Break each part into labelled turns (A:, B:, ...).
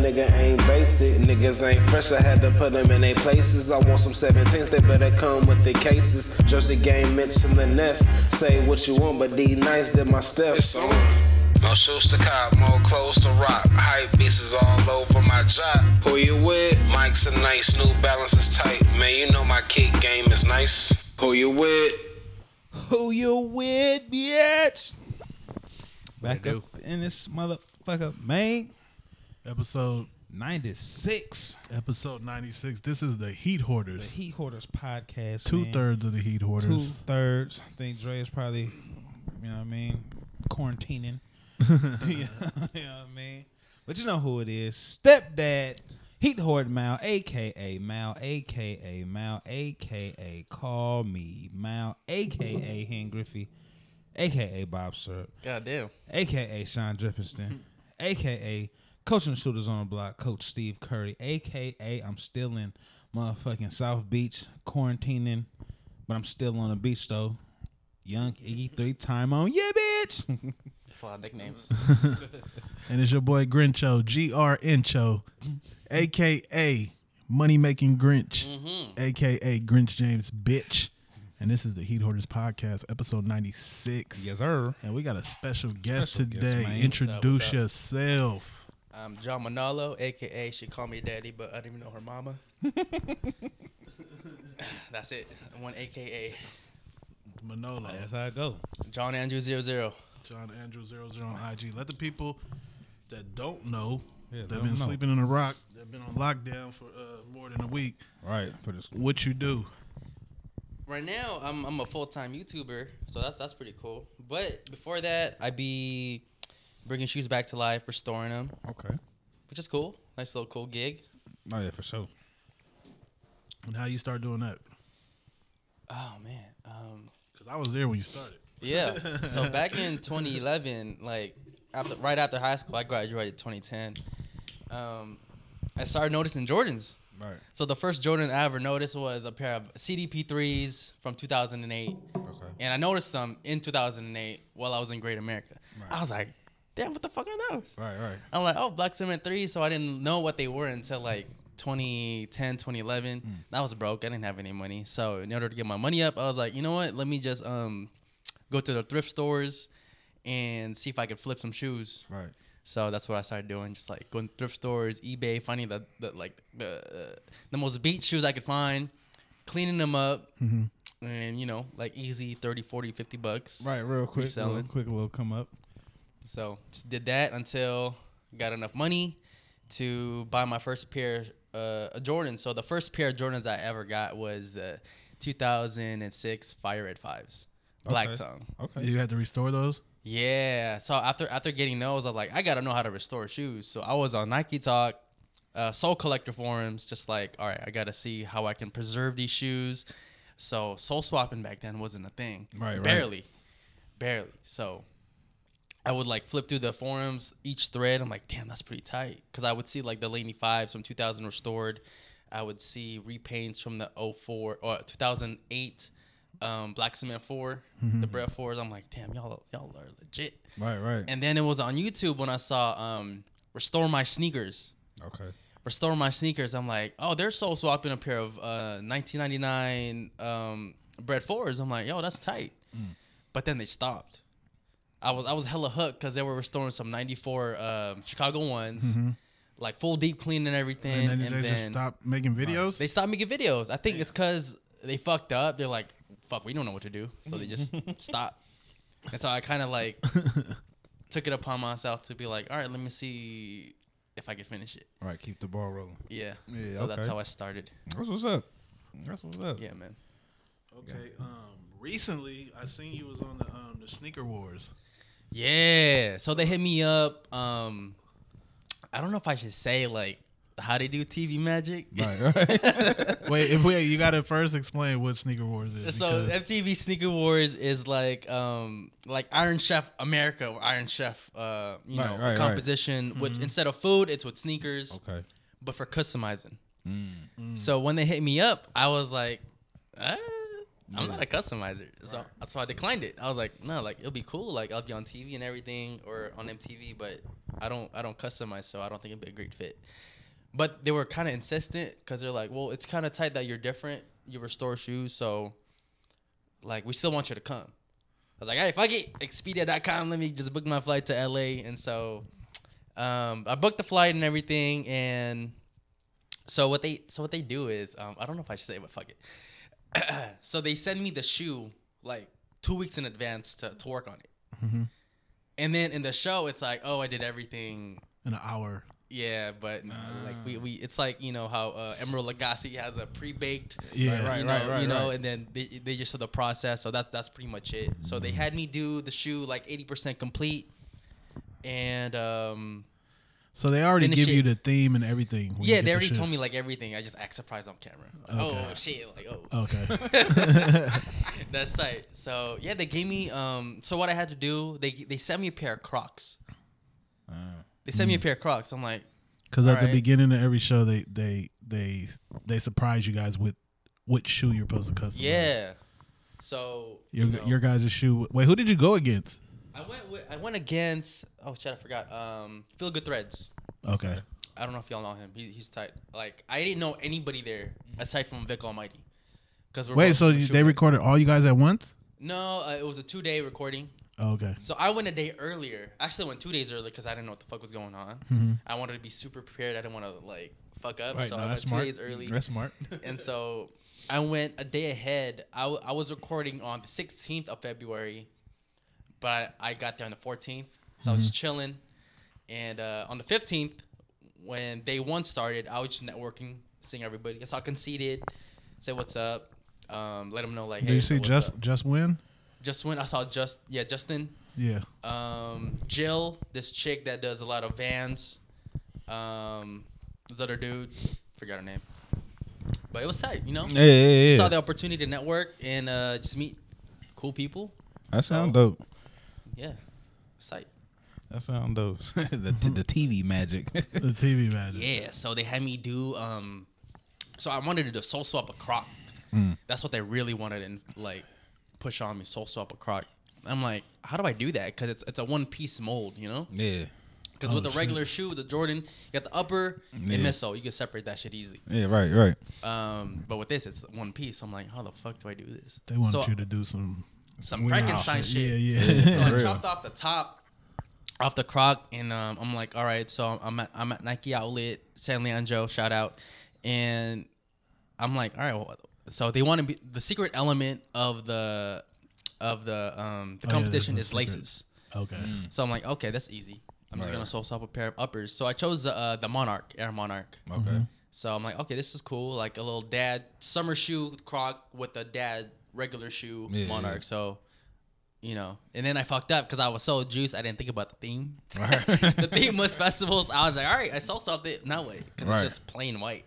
A: nigga ain't basic. Niggas ain't fresh, I had to put them in their places. I want some 17s, they better come with the cases. Jersey game, Mitch in the nest. Say what you want, but these nights did my steps. More shoes to cop, more clothes to rock. Hype pieces all over my job. Who you with? Mike's a nice, new balance is tight. Man, you know my kick game is nice. Who you with?
B: Who you with, bitch? Back
C: do.
B: up in this motherfucker, man.
C: episode
B: 96.
C: episode 96 this is the heat
B: The
C: hoarders
B: Heat Hoarders podcast.
C: two-thirds of the heat
B: Two
C: hoarders
B: thirds. I think Dre is probably, you know what I mean, quarantining. you know what I mean? But you know who it is. Stepdad, Heat Horde Mal, a.k.a. Mal, a.k.a. Mal, a.k.a. Call Me Mal, a.k.a. Hen Griffey, a.k.a. Bob Syrup.
D: Goddamn.
B: aka Sean Drippinston, aka coaching the shooters on the block, Coach Steve Curry, aka I'm still in motherfucking South Beach quarantining, but I'm still on the beach though. Young Iggy three time on, yeah, bitch.
D: That's a lot of nicknames.
C: and it's your boy grincho gr incho aka money making grinch
B: Mm-hmm.
C: aka grinch james bitch and this is the heat hoarders podcast episode 96
B: yes, sir.
C: and we got a special guest
B: Special guest,
C: today
B: man. What's up,
C: introduce
D: what's up?
C: yourself
D: I'm John Manalo, aka she called me daddy, but I didn't even know her mama. That's it. One aka
C: manolo
B: That's how I go.
D: John Andrew zero zero.
C: john andrew 00 on ig let the people that don't know
B: Yeah,
C: that
B: let
C: have been
B: 'em know.
C: sleeping in a rock that have been on lockdown for uh, more than a week
B: Right for this.
C: what you do
D: Right now, I'm I'm a full time YouTuber, so that's that's pretty cool. But before that, I be bringing shoes back to life, restoring them,
B: Okay.
D: which is cool. Nice little cool gig.
B: Oh yeah, for sure.
C: and how you start doing that
D: Oh man. Um,
C: because i was there when you started
D: Yeah. So back in 2011, like after right after high school, I graduated 2010. Um, I started noticing Jordans.
B: Right.
D: So the first Jordan I ever noticed was a pair of CDP threes from 2008,
B: Okay.
D: and I noticed them in 2008 while I was in Great America. I was like, "Damn, what the fuck are those?"
B: Right. Right.
D: I'm like, "Oh, black cement threes. So I didn't know what they were until like 2010, 2011.
B: Mm.
D: I was broke. I didn't have any money. So in order to get my money up, I was like, "You know what? Let me just um go to the thrift stores and see if I could flip some shoes.
B: Right.
D: So that's what I started doing, just like going to thrift stores, eBay, finding the, the like the the most beat shoes I could find, cleaning them up, and you know, like easy 30, 40, 50 bucks.
B: Mm-hmm. Right. Real quick. Real
D: Reselling.
B: quick little come up.
D: So just did that until got enough money to buy my first pair uh, of Jordans. So the first pair of Jordans I ever got was uh, 2006 Fire Red Fives, Black
B: Okay.
D: Tongue.
B: Okay.
C: you had to restore those
D: Yeah. So after after getting those, I was like, I gotta know how to restore shoes. So I was on Nike Talk, uh, Soul Collector forums, just like, all right, I gotta see how I can preserve these shoes. So soul swapping back then wasn't a thing.
B: Right, right.
D: Barely, barely. So I would like flip through the forums, each thread. I'm like, damn, that's pretty tight. Cause I would see like the Laney Fives from 2000 restored. I would see repaints from the uh, 04 or 2008 um, Black Cement 4,
B: Mm-hmm.
D: the Breath 4s. I'm like, damn, y'all, y'all are legit.
B: Right. Right.
D: And then it was on YouTube when I saw um, Restore My Sneakers.
B: okay.
D: Restore My Sneakers. I'm like, oh, they're soul swapping a pair of uh, 1999 um, Bread 4s. I'm like, yo, that's tight.
C: Mm.
D: But then they stopped. I was I was hella hooked because they were restoring some 94 um, Chicago ones, like full deep clean and everything.
C: Mm-hmm. and, then they just stopped making videos
D: They stopped making videos. I think it's because they fucked up. They're like, fuck, we don't know what to do. So they just stop. And so I kind of like took it upon myself to be like, all right, let me see if I could finish it.
B: All right, keep the ball rolling.
D: Yeah.
B: Yeah,
D: so that's
B: okay.
D: how I started.
B: That's what's up. That's what's up.
D: Yeah, man.
C: Okay. Um, recently, I seen you was on the um the sneaker wars.
D: Yeah. So they hit me up. Um, I don't know if I should say like how they do TV magic.
B: Right, right.
C: Wait, if wait, you gotta first explain what sneaker wars is.
D: So uh,
C: because-
D: MTV Sneaker Wars is like um like Iron Chef America or Iron Chef uh you
B: Right,
D: know
B: right, right.
D: composition with instead of food it's with sneakers
B: okay.
D: but for customizing.
B: Mm.
D: So when they hit me up, I was like, "Uh, I'm not a customizer. So that's why I declined it. I was like, no, like it'll be cool. Like I'll be on TV and everything or on MTV, but I don't I don't customize, so I don't think it'd be a great fit. But they were kind of insistent because they're like, well, it's kind of tight that you're different. You restore shoes, so like we still want you to come. I was like, all right, fuck it. Expedia.com, let me just book my flight to LA. And so um, I booked the flight and everything. And so what they so what they do is um, I don't know if I should say it, but fuck it. so they send me the shoe like two weeks in advance to, to work on it.
C: Mm-hmm.
D: And then in the show, it's like, oh, I did everything.
C: in an hour.
D: Yeah, but no, like we, we it's like you know how uh, Emerald Lagasse has a pre-baked
C: Yeah.
B: Right,
D: you know,
B: right, right,
D: you know,
B: right.
D: and then they, they just saw the process. So that's that's pretty much it. So
C: Mm.
D: they had me do the shoe like eighty percent complete, and um,
C: So they already
D: Finish
C: give you
D: it.
C: the theme and everything. when you
D: yeah,
C: get
D: they
C: the
D: already
C: shit.
D: told me like everything. I just act surprised on camera. Like, Oh shit! Like oh,
C: Okay.
D: that's tight. So yeah, they gave me um. So what I had to do, they they sent me a pair of Crocs.
C: Oh.
D: They sent me a
C: Mm.
D: pair of Crocs. I'm like,
C: Because at the
D: Alright.
C: beginning of every show, they they they they surprise you guys with which shoe you're supposed to customize.
D: yeah. So
C: Your
D: you know.
C: your guys' shoe. Wait, who did you go against?
D: I went with, I went against. Oh shit! I forgot. Um, Feel Good Threads.
C: Okay.
D: I don't know if y'all know him. He, he's tight. Like I didn't know anybody there aside from Vic Almighty. Cause we're
C: Mm. Wait,
D: both-
C: so
D: we're
C: you- they
D: shooting.
C: recorded all you guys at once?
D: No, uh, it was a two-day recording.
C: Oh, okay.
D: So I went a day earlier. Actually, I went two days earlier because I didn't know what the fuck was going on. I wanted to be super prepared. I didn't want to like fuck up.
B: Mm-hmm. Right,
D: so
B: no,
D: I went
B: that's
D: two
B: smart.
D: days early.
B: That's smart.
D: and so I went a day ahead. I, w- I was recording on the 16th of February, but I, I got there on the 14th. So I
B: Mm-hmm.
D: was just chilling. And uh, on the 15th, when day one started, I was just networking, seeing everybody. I saw Conceited, say what's up, um, let them know, like,
C: Did
D: hey,
C: you
D: so
C: see
D: what's
C: just
D: up?
C: just win?
D: Just when I saw Just, yeah, Justin
C: Yeah.
D: um, Jill, this chick that does a lot of vans. Um, this other dude, forgot her name, but it was tight, you know.
B: Yeah, yeah, yeah.
D: Just Saw the opportunity to network and uh, just meet cool people.
B: That sound
D: Oh.
B: dope.
D: Yeah, it's tight.
B: That sound dope. the, t- the TV magic.
C: The TV magic.
D: Yeah, so they had me do. Um, so I wanted to do soul swap a croc.
B: Mm.
D: That's what they really wanted and like push on me soul swap a croc. I'm like, how do I do that? Because it's it's a one piece mold, you know.
B: yeah.
D: Because
C: Oh,
D: with the regular shoe, with the Jordan, you got the upper
B: Yeah.
D: and missile. You can separate that shit easily.
B: Yeah, right, right.
D: Um, but with this, it's one piece. I'm like, how the fuck do I do this?
C: They want
D: so,
C: you to do some
D: some Frankenstein shit.
C: Yeah, yeah.
D: So I
B: real.
D: chopped off the top, off the croc, and um, I'm like, all right. So I'm at I'm at Nike Outlet, San Leandro, shout out, and I'm like, all right. Well, so they want to be the secret element of the of the um the
C: Oh, yeah,
D: competition
C: there's
D: is
C: no secret.
D: laces.
C: okay.
D: So I'm like, okay, that's easy. I'm just gonna source up a pair of uppers. So I chose the uh, the Monarch Air Monarch.
B: Okay.
D: So I'm like, okay, this is cool. Like a little dad summer shoe croc with a dad regular shoe
B: Yeah, yeah.
D: Monarch. So, you know, and then I fucked up because I was so juiced. I didn't think about the theme. the theme was festivals. I was like, all right, I sourced up it. No way, because
B: Right.
D: it's just plain white.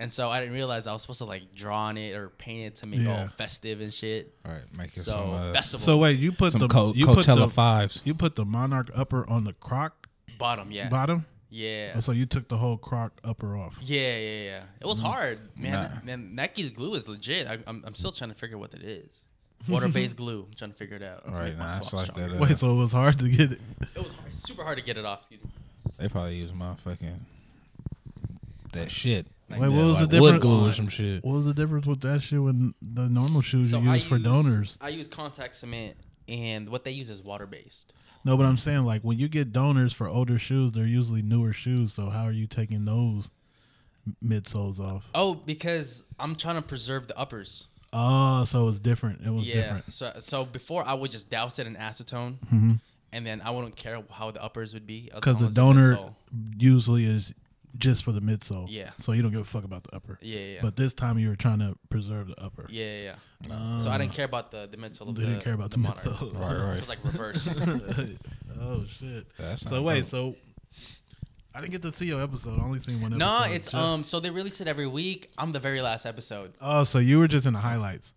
D: And so I didn't realize I was supposed to like draw on it or paint it to make
C: Yeah.
D: all festive and shit.
B: All right, make it
D: So
B: some uh,
D: festival.
C: So wait, you put
B: some
C: the
B: Co-
C: you put
B: Coachella
C: the,
B: fives.
C: you put the monarch upper on the croc
D: bottom, yeah,
C: bottom. Oh,
D: yeah.
B: Oh,
C: So you took the whole croc upper off.
D: Yeah, yeah, yeah. It was
C: Mm-hmm.
D: hard, man.
B: Nah.
D: Man, Nike's glue is legit. I, I'm, I'm still trying to figure what it is. Water-based glue. I'm trying to figure it out. to
B: All right,
D: make my
B: nah, I
D: swap
B: sliced
D: stronger.
B: that up.
C: Wait, so it was hard to get it.
D: It was hard, super hard to get it off. Excuse me.
B: They probably use my fucking that shit.
C: Wait, what
B: Yeah,
C: was
B: like
C: the
B: wood
C: difference?
B: glue or some shit.
C: What was the difference with that shoe and the normal shoes
D: So
C: you
D: I
C: use for donors?
D: I use contact cement, and what they use is water-based.
C: No, but I'm saying like when you get donors for older shoes, they're usually newer shoes. So how are you taking those m- midsoles off?
D: Oh, because I'm trying to preserve the uppers.
C: Oh, so it was different. It was
D: Yeah.
C: different.
D: So so before I would just douse it in acetone and then I wouldn't care how the uppers would be as
C: because
D: long
C: the
D: as the
C: donor
D: midsole-
C: usually is just for the midsole.
D: Yeah.
C: So you don't give a fuck about the upper.
D: Yeah, yeah, yeah.
C: But this time you were trying to preserve the upper.
D: Yeah, yeah. yeah. so I didn't care about the the midsole. Of
C: Um, They
D: the,
C: didn't care about the
D: Monarch.
C: midsole.
B: Right, right.
D: It was like reverse.
C: oh shit.
B: That's
C: so
B: not
C: wait,
B: dope.
C: so I didn't get to see your episode. I only seen one episode.
D: no, it's
C: Shit.
D: um. So they release it every week. I'm the very last episode.
C: Oh, so you were just in the highlights.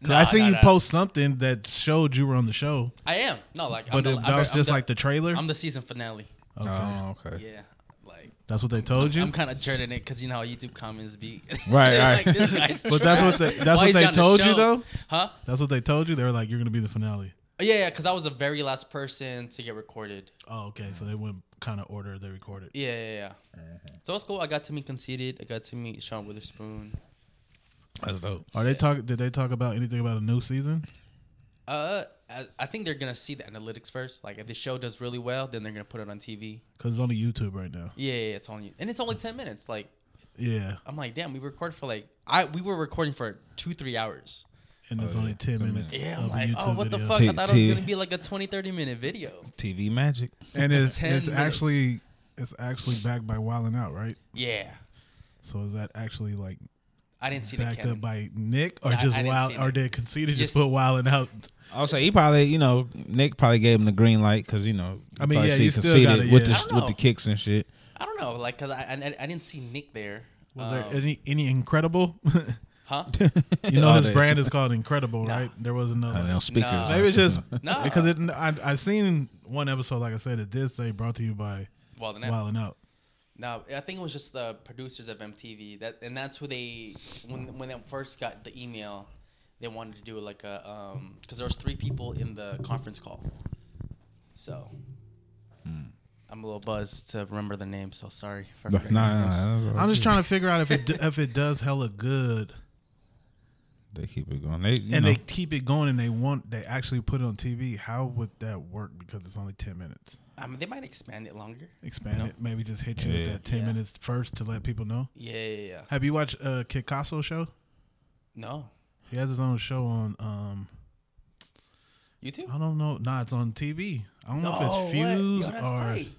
C: 'Cause
D: Nah,
C: I seen
D: nah,
C: you
D: nah.
C: post something that showed you were on the show,
D: I am no like. I'm
C: but
D: the,
C: it, that was
D: I'm
C: just
D: the,
C: like the trailer.
D: I'm the season finale.
C: okay.
B: Oh, okay.
D: Yeah, like.
C: That's what they told you.
D: I'm kind of dreading it because you know how YouTube comments be.
B: Right,
D: They're
B: right.
D: this guy's
C: But that's what
D: trash.
C: they- that's
D: Why
C: what
D: is he
C: they
D: on the
C: told you,
D: show?
C: though?
D: huh?
C: That's what they told you. They were like, "You're gonna be the finale."
D: Yeah, yeah, because I was the very last person to get recorded.
C: Oh, okay. So they went kind of order they recorded.
D: Yeah, yeah, yeah.
B: Mm-hmm.
D: So it's cool. I got to meet Conceited. I got to meet Sean Witherspoon.
B: That's dope.
C: Are they talk? Did they talk about anything about a new season?
D: Uh, I, I think they're gonna see the analytics first. Like, if the show does really well, then they're gonna put it on TV.
C: Because it's on the YouTube right now.
D: Yeah, yeah, yeah, it's on you, and it's only ten minutes. Like,
C: Yeah,
D: I'm like, damn, we record for like I we were recording for two three hours.
C: and it's only ten minutes.
D: Yeah,
C: of
D: I'm
C: a
D: like, oh,
C: YouTube
D: what the
C: video.
D: fuck? I
B: T-
D: thought it was
B: T.
D: gonna be like a 20, 30 minute video.
B: TV magic.
C: And it's,
D: 10
C: it's
D: minutes.
C: actually it's actually backed by Wildin' Out, right?
D: Yeah,
C: So is that actually like
D: I didn't see the
C: backed
D: Kevin.
C: up by Nick or
D: Yeah, I-
C: just
D: I didn't
C: Wild
D: see
C: or
D: Nick.
C: did conceded just
D: Just-
C: put Wildin' Out?
B: I'll say he probably, you know, Nick probably gave him the green light because you know,
C: I mean,
B: probably
C: yeah,
B: see
C: you still
B: conceited
C: gotta-
B: with
C: yeah.
D: I
B: the
D: don't
B: with the
D: know.
B: kicks and shit.
D: I don't know, like, cause I I, I didn't see Nick there.
C: Was
D: Um,
C: there any any incredible?
D: Huh?
C: you know
B: All
C: his
B: that.
C: brand is called Incredible,
D: Nah.
C: right? There was another.
B: Oh, I know speakers.
D: Nah.
C: Maybe it's just
D: Nah.
C: because it, I I seen one episode like I said it did say brought to you by
D: Well, the net.
C: Wildin' Out.
D: No, I think it was just the producers of MTV that, and that's who they when when they first got the email, they wanted to do like a um because there was three people in the conference call, so
B: Hmm.
D: I'm a little buzzed to remember the name. So sorry for
B: Nah,
D: forgetting their
B: nah,
D: names.
B: nah, that's what
C: I'm just
B: it
C: trying to figure out if it do- if it does hella good
B: is. They keep it going. They you
C: and
B: know,
C: they keep it going and they want they actually put it on TV. How would that work? Because it's only ten minutes.
D: I mean, Um, they might expand it longer.
C: Expand
D: No.
C: it. Maybe just hit you with
B: Yeah.
C: that ten
D: Yeah.
C: minutes first to let people know.
D: Yeah, yeah, yeah.
C: Have you watched uh, Kid Casso show?
D: No,
C: He has his own show on. um
D: you too.
C: I don't know. Nah, it's on TV. I don't know
D: Oh,
C: if it's Fuse
D: Yo,
C: or
D: that's tight.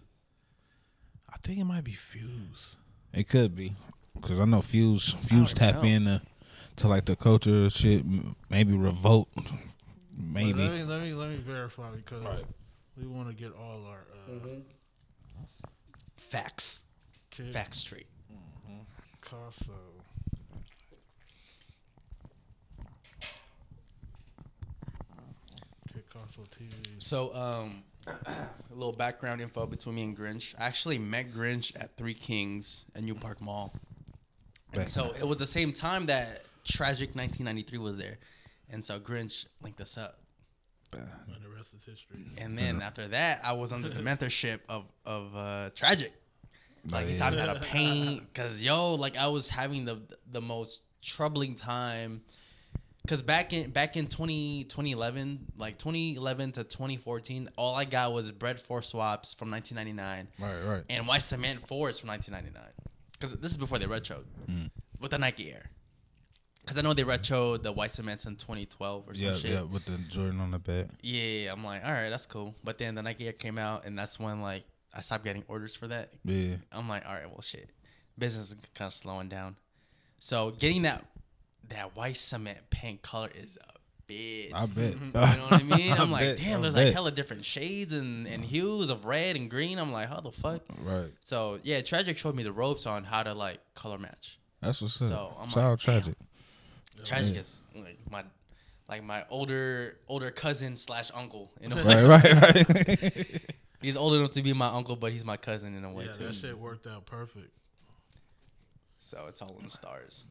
C: I think it might be Fuse.
B: it could be because I know Fuse Fuse
D: I don't
B: tap
D: know.
B: into to like the culture shit. m- Maybe revolt.
C: Let
B: Maybe
C: me let me let me verify because we want to get all our uh,
D: Facts,
C: Kid
D: facts straight.
C: Casso. Kid Casso TV.
D: So, um, a little background info between me and Grinch. I actually met Grinch at Three Kings at New Park Mall. And
B: Back
D: so it was the same time that Tragic 1993 was there, and so Grinch linked us up.
C: And the rest is history.
B: Mm-hmm.
D: And then after that, I was under the mentorship of of uh, Tragic. Like he taught me how to paint, cause yo, like I was having the the most troubling time. Cause back in back in 20, 2011, like 2011 to 2014, all I got was bread four swaps from 1999
B: right, right.
D: and why cement fours from 1999 because this is before they retroed
B: Mm.
D: with the Nike Air. Because I know they retroed the white cements in 2012 or some
B: Yeah,
D: shit.
B: yeah, with the Jordan on the back.
D: Yeah, I'm like, all right, that's cool. But then the Nike Air came out, and that's when like I stopped getting orders for that.
B: Yeah,
D: I'm like, all right, well, shit, business is kind of slowing down. So getting that that white cement paint color is a bitch.
B: I bet.
D: You know what I mean? I'm like,
B: bet,
D: damn,
B: I
D: there's like
B: bet.
D: hella different shades and, and hues of red and green. I'm like, how the fuck?
B: Right.
D: So yeah, Tragic showed me the ropes on how to like color match.
B: That's what's up.
D: So, I'm
B: Shout out
D: like, damn.
B: tragic.
D: Tragic is like my like my older older cousin slash uncle in a way.
B: Right, right, right.
D: He's old enough to be my uncle, but he's my cousin in a way
C: Yeah,
D: too.
C: that shit worked out perfect.
D: So it's all in the stars.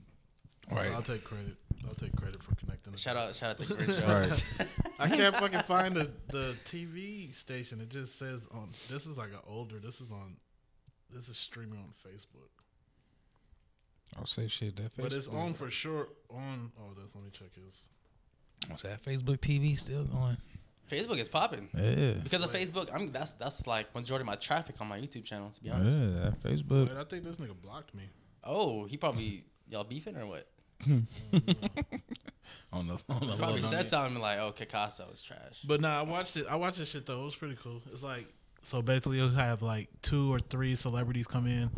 C: So I'll take credit. I'll take credit for connecting. the
D: Shout out shout out to Grinch.
B: Right.
C: I can't fucking find the, the TV station. It just says on. This is like an older. This is on. This is streaming on Facebook,
B: I'll say shit. That Facebook,
C: but it's on for sure on. Oh, that's let me check his.
B: What's that Facebook TV still going?
D: Facebook is popping.
B: Yeah,
D: Because of Facebook, I'm that's that's like majority of my traffic on my YouTube channel, to be
B: yeah.
D: honest.
B: that Facebook.
C: Wait, I think this nigga blocked me.
D: Oh, he probably y'all beefing or what?
B: on the on the
D: Probably
B: low
D: said
B: note.
D: something like, "Oh, Kikasa was trash."
C: But nah, I watched it. I watched this shit though. It was pretty cool. It's like so basically you'll have like two or three celebrities come in,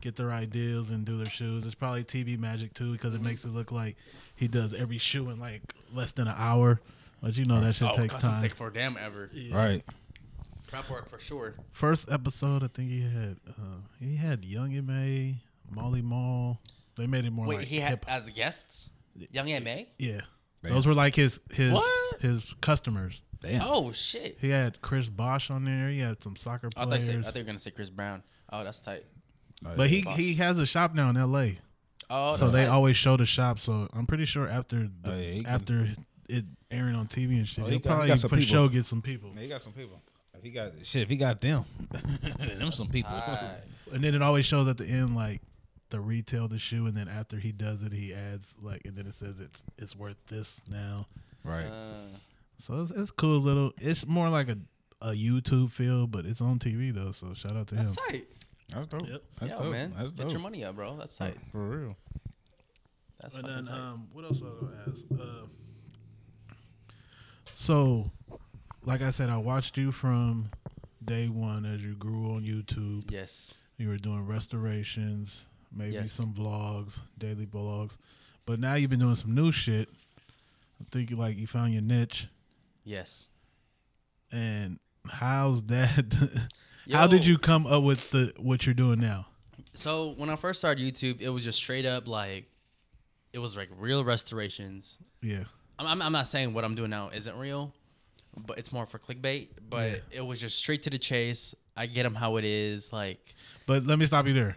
C: get their ideas and do their shoes. It's probably TV magic too because
D: Mm-hmm.
C: it makes it look like he does every shoe in like less than an hour. But you know that shit
D: oh,
C: takes
D: custom
C: time.
D: take for damn ever.
B: Right.
D: Prep work for sure.
C: First episode, I think he had uh, he had Young M.A., Molly Mall. They made it more
D: Wait,
C: like
D: he had
C: hip-
D: as guests, Young Ma.
C: yeah.
B: Damn.
C: Those were like his his
D: What?
C: his customers.
B: Damn.
D: Oh shit!
C: He had Chris Bosch on there. He had some soccer
D: I
C: players.
D: thought, you said, I thought you were gonna say Chris Brown. Oh, that's tight.
C: But he
D: Bosh.
C: he has a shop now in L.A.
D: Oh,
C: So
D: that's
C: they
D: tight.
C: always show the shop. So I'm pretty sure after the,
B: Oh, yeah, he can-
C: after it airing on TV and shit,
B: Oh, he
C: he'll
B: got- he
C: probably
B: got some
C: for
B: people.
C: sure get some people.
B: He got some people. If he got shit, if he got them, them some people.
D: Alright.
C: And then it always shows at the end like the retail of the shoe, and then after he does it, he adds like, and then it says it's it's worth this now.
B: Right.
D: Uh,
C: So it's it's cool little. It's more like a a YouTube feel, but it's on TV though. So shout out to him.
D: that's tight.
B: That's dope.
C: Yep.
B: That's
D: Yo,
B: dope.
D: man,
B: That's
D: get
B: dope.
D: your money up, bro. That's tight.
B: For real.
D: That's
C: But
D: fucking
C: then,
D: tight.
C: um, what else was I gonna ask? Uh, so, like I said, I watched you from day one as you grew on YouTube.
D: yes.
C: You were doing restorations, maybe
D: Yes.
C: some vlogs, daily vlogs, but now you've been doing some new shit. I think you like you found your niche,
D: Yes.
C: and how's that? How did
D: Yo.
C: you come up with the what you're doing now?
D: So when I first started YouTube, it was just straight up like, it was like real restorations.
C: Yeah,
D: I'm, I'm, I'm not saying what I'm doing now isn't real, but it's more for clickbait. But it was just straight to the chase. I get them how it is. Like,
C: but let me stop you there.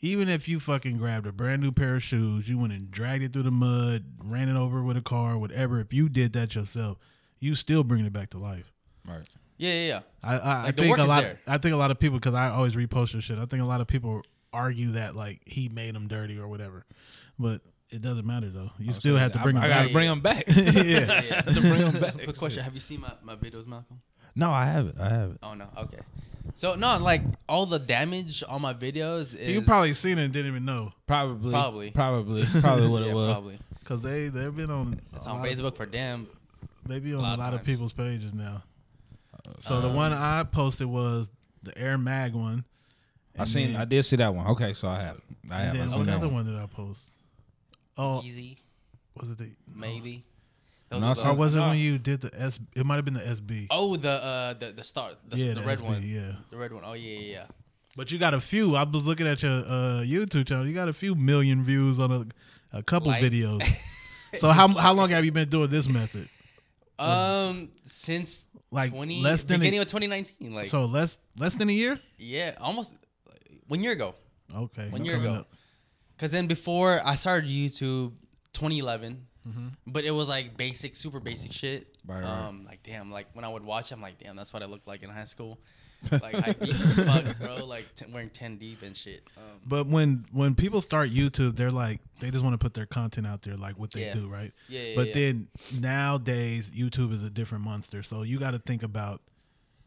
C: Even if you fucking grabbed a brand new pair of shoes, you went and dragged it through the mud, ran it over with a car, whatever. If you did that yourself, you still bringing it back to life.
B: Right.
D: yeah, yeah, yeah.
C: I, I,
D: Like,
C: I
D: the
C: think
D: work
C: a
D: is
C: lot.
D: there.
C: I think a lot of people because I always repost your shit. I think a lot of people argue that like he made him dirty or whatever, but it doesn't matter though.
D: Oh,
C: You still have to bring
B: I,
C: him
B: I
C: back.
B: gotta bring him back.
C: yeah,
D: yeah. Quick question: Have you seen my, my videos, Malcolm?
B: no, I have it. I have it.
D: Oh no, okay. So no, like all the damage on my videos is
C: you probably seen it and didn't even know
B: Probably.
D: Probably.
B: Probably. Probably what
D: yeah,
B: it was.
D: probably.
C: because they they've been on
D: It's
C: a
D: on
C: lot of-
D: Facebook for damn.
C: they be on a lot,
D: lot
C: of
D: of times.
C: people's pages now. So the one I posted was the Air Mag one.
B: I seen. I did see that one. Okay, so I have. It. I have.
C: And
B: I
C: then
B: seen that
C: another
B: one.
C: one. that I post? Oh,
D: Easy,
C: was it the?
D: maybe. Those
B: No,
D: are
B: so
D: the-
C: Or was it
B: No.
C: when you did the S? It might have been the SB.
D: Oh, the uh, the the star, the,
C: yeah,
D: the, red
C: SB,
D: one,
C: Yeah.
D: the red one. Oh yeah, yeah, yeah.
C: But you got a few. I was looking at your uh, YouTube channel. You got a few million views on a, a couple
D: Like-
C: videos. So how how long have you been doing this method?
D: Um, since
C: Like,
D: like 20,
C: less than a-
D: beginning of 2019, like
C: So less less than a year.
D: yeah, almost like, one year ago.
C: Okay.
D: One
C: you
D: year
C: coming
D: ago.
C: up.
D: Cause then before I started YouTube, 2011,
C: Mm-hmm.
D: but it was like basic, super basic shit.
B: Right, right.
D: Um, like damn, like when I would watch, I'm like, damn, that's what I looked like in high school. Like I as fuck, bro. Like t- wearing ten deep and shit. Um,
C: But when when people start YouTube, they're like they just want to put their content out there, like what they
D: Yeah.
C: do, right?
D: Yeah, yeah,
C: but
D: yeah.
C: then nowadays, YouTube is a different monster. So you got to think about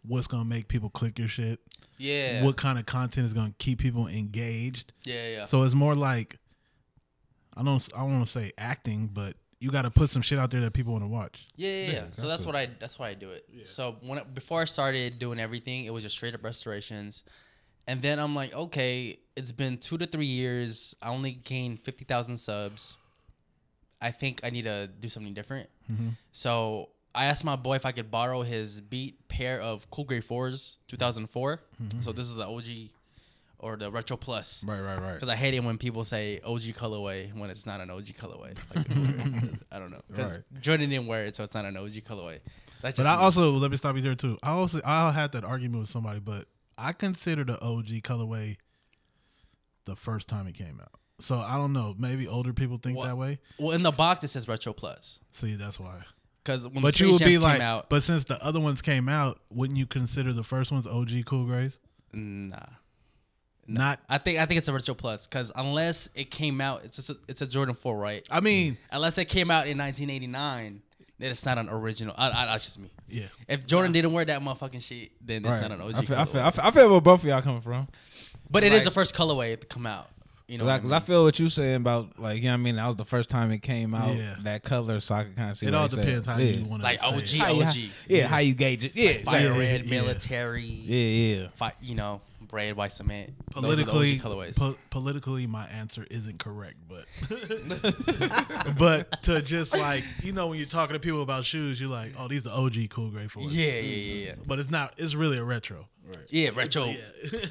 C: what's gonna make people click your shit.
D: yeah.
C: What kind of content is gonna keep people engaged?
D: yeah, yeah.
C: So it's more like I don't I want to say acting, but you got to put some shit out there that people want to watch.
D: Yeah, yeah, yeah. So that's what I that's why I do it. So when I, before I started doing everything, it was just straight up restorations, and then I'm like, okay, it's been two to three years. I only gained fifty thousand subs. I think I need to do something different. So I asked my boy if I could borrow his beat pair of Cool Gray Fours, two So this is the OG or the Retro Plus.
B: Right. Right. Right.
D: Because I hate it when people say OG colorway when it's not an OG colorway. Like, I don't know. Because Jordan didn't wear it, so it's not an OG colorway. That's
C: But
D: just
C: I
D: me.
C: also let me stop you there too. I also I had that argument with somebody, but I consider the OG colorway the first time it came out. So I don't know. Maybe older people think
D: Wha-
C: that way.
D: well in the box it says Retro Plus.
C: See, that's why.
D: Because when
C: But
D: the
C: you
D: Space
C: would
D: Jams
C: be
D: came
C: like,
D: out,
C: but since the other ones came out, wouldn't you consider the first ones OG Cool Grays?
D: nah.
C: Not.
D: I think I think it's a Retro Plus because unless it came out, it's just a, it's a Jordan Four, right?
C: I mean,
D: Unless it came out in 1989, then it's not an original. I, I, that's just me.
C: yeah.
D: If Jordan didn't wear that motherfucking shit, then it's
B: Right.
D: not an OG.
B: I feel, I, feel,
D: colorway.
B: I, feel, I feel where both of y'all coming from.
D: but it is
B: like-
D: the first colorway to come out. You know,
B: Because
D: what I
B: I, 'cause I
D: mean?
B: feel what you saying about like you know what I mean. That was the first time it came out
C: Yeah.
B: that color, so I could kind of see.
C: It
B: what
C: all
B: they said.
C: depends how
B: yeah.
C: you want to
D: like OG,
C: Say it.
B: How you- how-
D: OG,
B: yeah, how you gauge it? Yeah,
D: fire
B: exactly.
D: red,
C: yeah.
D: military, yeah.
B: Yeah, yeah.
D: Fi- you know, red, white cement. Those are the OG
C: Politically,
D: colorways.
C: po- politically, my answer isn't correct, but but to just like you know when you're talking to people about shoes, you're like, oh, these the OG cool gray fours.
D: yeah, yeah, yeah, yeah.
C: but it's not. It's really a retro.
D: Yeah, retro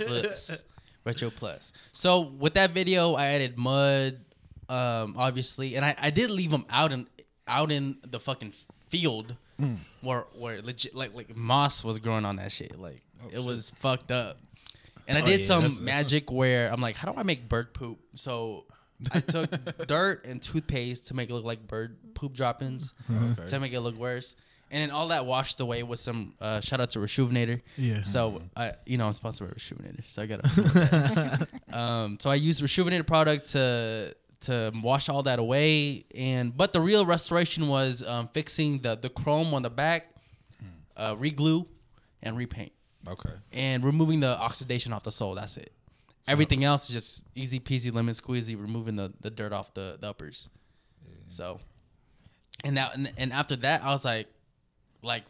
D: plus. retro plus. So with that video, I added mud, um, obviously, and I, I did leave them out in out in the fucking field where where legit like like moss was growing on that shit. Like it was fucked up. And I did
C: Oh, yeah, that's-
D: some magic where I'm like, how do I make bird poop? So I took dirt and toothpaste to make it look like bird poop droppings to make it look worse. And then all that washed away with some uh, shout out to Rejuvenator.
C: Yeah.
D: So I, you know, I'm sponsored by Rejuvenator, so I gotta. um, so I used Rejuvenator product to to wash all that away, and but the real restoration was um, fixing the the chrome on the back,
C: Hmm.
D: uh, reglue, and repaint,
B: Okay.
D: and removing the oxidation off the sole. That's it. Everything else is just easy peasy lemon squeezy, removing the, the dirt off the, the uppers. So, and that and, and after that, I was like, like,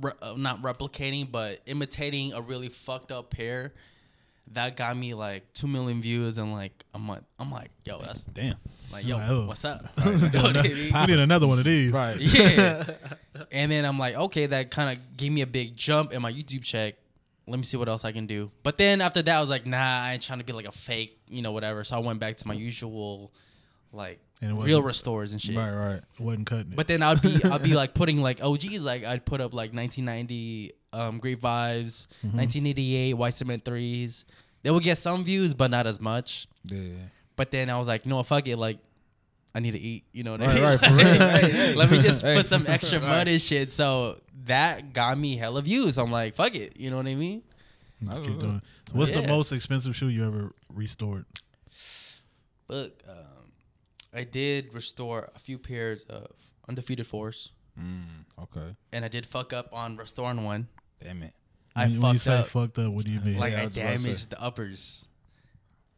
D: re- uh, not replicating, but imitating a really fucked up pair. That got me like two million views in like a month. I'm like, yo, that's
B: Damn.
D: like, yo,
C: Wow.
D: what's up?
C: we need another one of these.
B: Right.
D: yeah. And then I'm like, okay, that kind of gave me a big jump in my YouTube check. Let me see what else I can do. But then after that, I was like, nah, I ain't trying to be like a fake, you know, whatever. So I went back to my usual, like,
C: And it wasn't-
D: real restores and shit.
B: Right. Right.
C: Wasn't cutting it.
D: But then I'd be I'd be like putting like OGs like I'd put up like 1990 um, Great Vibes,
C: Mm-hmm.
D: 1988 White Cement Threes. They would get some views, but not as much.
B: Yeah.
D: But then I was like, no, fuck it, like I need to eat. You know what I
B: Right.
D: mean?
B: Right. For real.
D: Let me just put some extra mud and shit. So that got me hella views. I'm like, fuck it. You know what I mean?
C: Just keep doing. it. What's the
D: Yeah.
C: most expensive shoe you ever restored?
D: But um, I did restore a few pairs of undefeated fours,
B: Okay.
D: and I did fuck up on restoring one.
B: Damn it.
D: I
C: when, when you
D: fucked
C: say
D: up.
C: fucked up, what do you mean?
D: like
B: Yeah, I
D: I
B: was about to say.
D: damaged the uppers.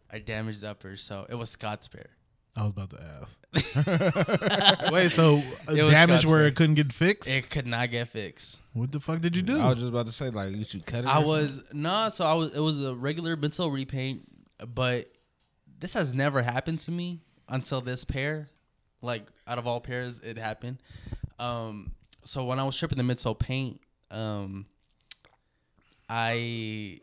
D: I damaged the uppers, so it was Scott's pair.
C: I was about to ask. Wait, so uh,
D: It was
C: damage
D: Scott's
C: where
D: fault.
C: it couldn't get fixed?
D: It could not get fixed.
C: what the fuck did you do?
B: I was just about to say like you should cut it.
D: I
B: or
D: was nah, so I was it was a regular mental repaint, but this has never happened to me until this pair. Like out of all pairs, it happened. Um, so when I was stripping the midsole paint, um, I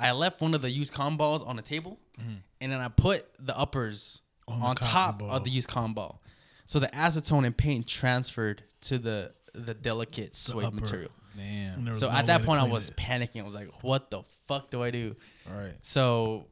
D: I left one of the used com balls on the table, and then I put the uppers on,
C: Mm-hmm. the cotton
D: top
C: ball.
D: of the used com ball, so the acetone and paint transferred to the the delicate suede
C: upper.
D: material.
B: Damn.
C: There was
D: So
C: no
D: at
C: way
D: that
C: to
D: point, I
C: clean
D: was
C: it.
D: panicking. I was like, "What the fuck do I do?"
B: All right.
D: So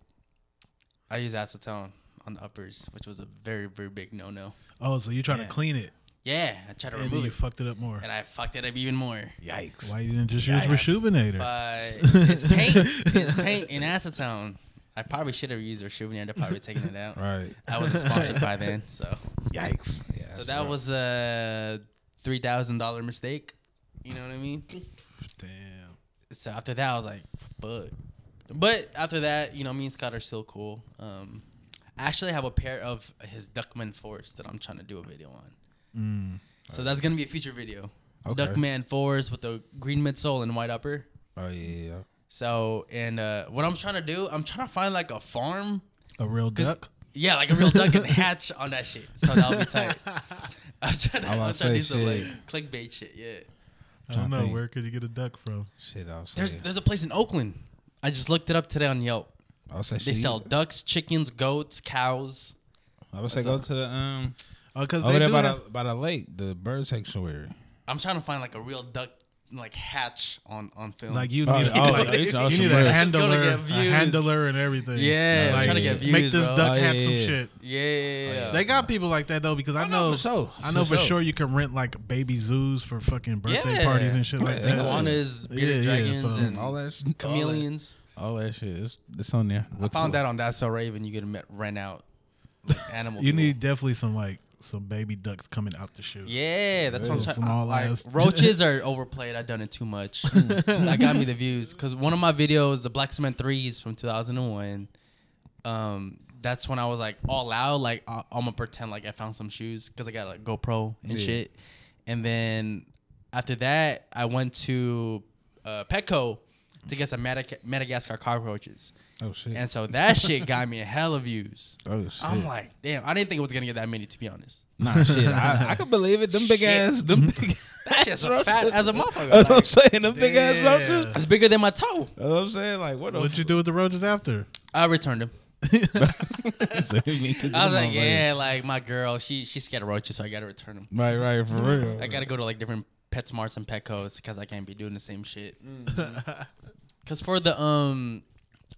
D: I used acetone on the uppers, which was a very, very big no-no.
C: Oh, so you trying to clean it?
D: Yeah, I tried to
C: And
D: remove
C: you
D: it,
C: fucked it up more.
D: and I fucked it up even more.
B: Yikes.
C: Why you didn't just
D: I
C: use
D: got
C: rejuvenator?
D: But it's paint, it's paint and acetone. I probably should have used rejuvenator. I'd probably taken it out.
B: Right.
D: I wasn't sponsored by then, so
B: Yikes. Yeah.
D: so
B: that's
D: that
B: rough.
D: was a three thousand dollar mistake. You know what I mean?
C: Damn.
D: so after that, I was like, "Fuck!" But after that, you know, me and Scott are still cool. Um, I actually have a pair of his Duckman Force that I'm trying to do a video on. So that's gonna be a future video.
B: Mm. Okay.
D: Duckman Force with the green midsole and white upper.
B: Oh yeah.
D: So and uh, what I'm trying to do, I'm trying to find like a farm.
C: A real duck?
D: Yeah, like a real duck and hatch on that shit. So that'll be tight. I'm trying to,
B: I'm
D: I'm
B: about to
D: trying to
B: say,
D: do some like
B: shit.
D: clickbait shit. Yeah.
C: I
B: Trying
C: don't
B: to
C: know.
B: think.
C: Where could you get a duck from?
B: Shit. I'll say.
D: There's there's a place in Oakland. I just looked it up today on Yelp.
B: I'll say.
D: They
B: shit.
D: sell ducks, chickens, goats, cows.
B: I would say go to the um
C: Oh, because
B: over
C: they
B: there
C: do
B: by
C: have-
B: the, by the lake, the bird sanctuary.
D: I'm trying to find like a real duck like hatch on on film.
C: like you need,
B: Oh,
C: a-
B: oh,
C: like,
B: it's
C: you
B: awesome
C: need
B: birds.
C: a
B: It's
D: just gonna
C: handler,
D: get
C: a
D: views.
C: handler, and everything.
D: yeah,
C: Like,
D: I'm trying to get
B: yeah.
D: views.
C: make this
D: bro.
C: duck
B: Oh,
C: have
B: yeah,
C: some
B: yeah.
C: shit.
D: Yeah, yeah, Oh, yeah. Oh,
C: They got people like that though, because I
B: know
C: know,
B: for sure.
C: I know
B: For
C: for
B: sure.
C: sure you can rent like baby zoos for fucking birthday
D: Yeah.
C: parties and shit like
B: Yeah.
C: that.
D: iguanas, bearded
C: Yeah, yeah,
D: dragons,
C: so
D: and
B: All that shit.
D: chameleons.
B: All that shit. It's, it's on there.
D: I found that on That's So Raven. You can rent out like, animal.
C: You
D: people.
C: need definitely some like some baby ducks coming out the shoe.
D: Yeah, that's what I'm trying.
C: Some all
D: like,
C: ass-
D: roaches are overplayed. I've done it too much. that got me the views because one of my videos, the Black Cement Threes from 2001, um, that's when I was like all out. Like I, I'm gonna pretend like I found some shoes because I got like GoPro and shit. And then after that, I went to uh, Petco to get some Madaga- Madagascar cockroaches.
B: Oh shit.
D: And so that shit got me a hell of views.
B: oh shit.
D: I'm like, damn, I didn't think it was gonna get that many to be honest.
B: nah, shit. I, I can believe it. Them big
D: Shit.
B: ass. Them big.
D: That shit's fat as a motherfucker.
B: That's what I'm
D: Like,
B: saying. Them big ass
C: Damn.
B: roaches.
D: it's bigger than my toe.
B: That's what I'm saying. Like what the.
C: What'd you do with the roaches after?
D: I returned him.
B: fuck?
D: I was like, yeah, like my girl, she she's scared of roaches, so I gotta return them.
B: Right, right, for real.
D: I gotta go to like different PetSmarts and Petco's because I can't be doing the same shit. Because for the um,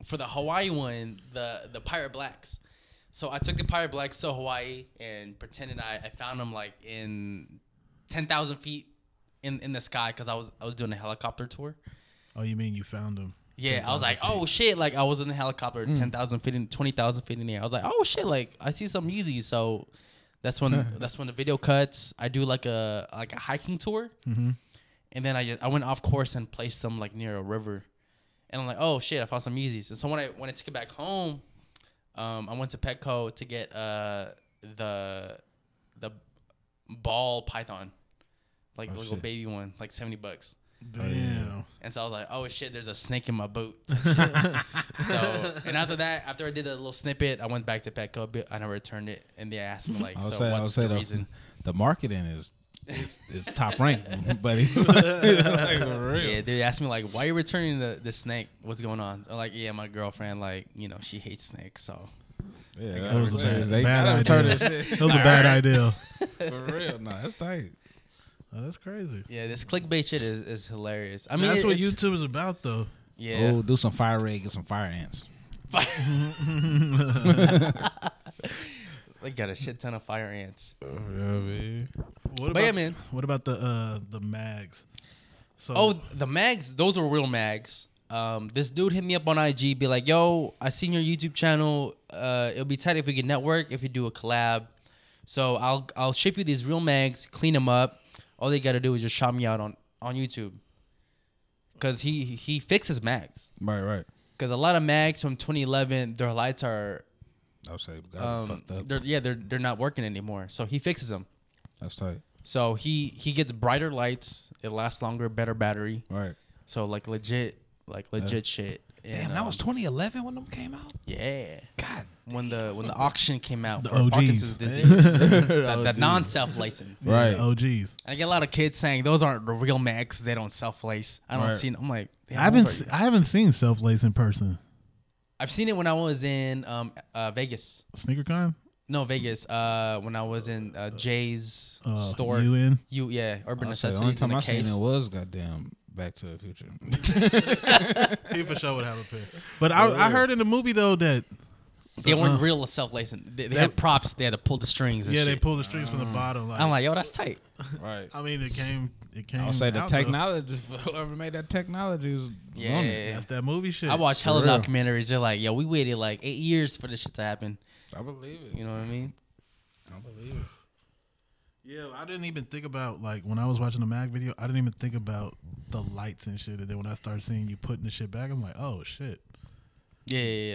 D: for the Hawaii one, the the pirate blacks. So I took the pirate blacks to Hawaii and pretended I, I found them like in ten thousand feet in in the sky because I was I was doing a helicopter tour.
C: Oh, you mean you found them?
D: Yeah, I was like, oh shit! Like I was in a helicopter, ten thousand feet in, twenty thousand feet in the air. I was like, oh shit! Like I see some easy. So that's when that's when the video cuts. I do like a like a hiking tour, and then I just, I went off course and placed them like near a river, and I'm like, oh shit! I found some Yeezys. And so when I when I took it back home, um, I went to Petco to get uh the the ball python, like the little baby one, like seventy bucks.
C: Damn.
D: And so I was like, oh shit, there's a snake in my boot. so, and after that, after I did that little snippet, I went back to Petco, but I never returned it. And they asked me, like,
B: I'll
D: so
B: say, I'll
D: what's
B: say
D: the
B: the,
D: reason?
B: the marketing is is, is top rank, buddy. Like, for real.
D: Yeah, they asked me, like, why are you returning the, the snake? What's going on? I'm like, yeah, my girlfriend, like, you know, she hates snakes. So,
B: Yeah,
D: that was
B: they-
D: a
C: bad-
B: they
C: bad
B: gotta turn
C: idea.
B: this shit-
C: That was a bad idea.
B: for real. Nah, that's tight.
C: Oh, that's crazy.
D: yeah, this clickbait shit is, is hilarious. I mean,
C: that's what
D: it's-
C: YouTube is about, though.
D: Yeah.
B: Oh, do some fire raid, get some fire ants.
D: I got a shit ton of fire ants.
C: What about,
D: But yeah, man.
C: What about the uh the mags? So
D: Oh, the mags, those were real mags. Um, this dude hit me up on IG, be like, "Yo, I seen your YouTube channel. Uh, it'll be tight if we can network, if we do a collab. So I'll I'll ship you these real mags, clean them up. All they gotta do is just shout me out on on YouTube, cause he he fixes mags.
B: Right, right.
D: Cause a lot of mags from 2011, their lights are
B: I'll say got
D: um,
B: fucked up.
D: they're, yeah, they're they're not working anymore. So he fixes them.
B: That's tight.
D: So he he gets brighter lights. It lasts longer, better battery.
B: Right.
D: So like legit, like legit shit.
B: Damn,
D: And,
B: that
D: um,
B: was 2011 when them came out.
D: yeah.
B: God,
D: When the when the auction came out for
C: OGs.
D: Parkinson's disease, the, the non-self license. And
B: right.
C: Oh, geez.
D: I get a lot of kids saying those aren't the real Macs because they don't self-lace. I don't
B: Right.
D: see. I'm like, damn,
C: I haven't
D: those are-
C: se- I haven't seen self lace in person.
D: I've seen it when I was in um uh, Vegas.
C: SneakerCon.
D: No, Vegas. Uh, when I was in uh, Jay's
C: Uh,
D: store.
C: You in?
D: You yeah, Urban
B: I'll say Oh, the only
D: Necessities in
B: time
D: the
B: I
D: case.
B: seen it was goddamn Back to the Future.
C: He for sure would have a pair. But I, I heard in the movie though that
D: They weren't real self-lacing. They, they had props. They had to pull the strings. And
C: yeah they
D: shit. Uh,
C: pulled the strings from the bottom. Like,
D: I'm like, yo, that's tight.
B: right.
D: Um,
C: I mean it came it came.
B: I'll say the
C: out, though.
B: technology, whoever made that technology was was on it.
D: Yeah.
C: That's that movie shit.
D: I watch hella
B: real.
D: documentaries. They're like, yo, we waited like eight years for this shit to happen.
B: I believe it.
D: You know what I mean?
B: I believe it.
C: Yeah, I didn't even think about like when I was watching the Mac video. I didn't even think about the lights and shit. And then when I started seeing you putting the shit back, I'm like, oh shit.
D: Yeah, yeah,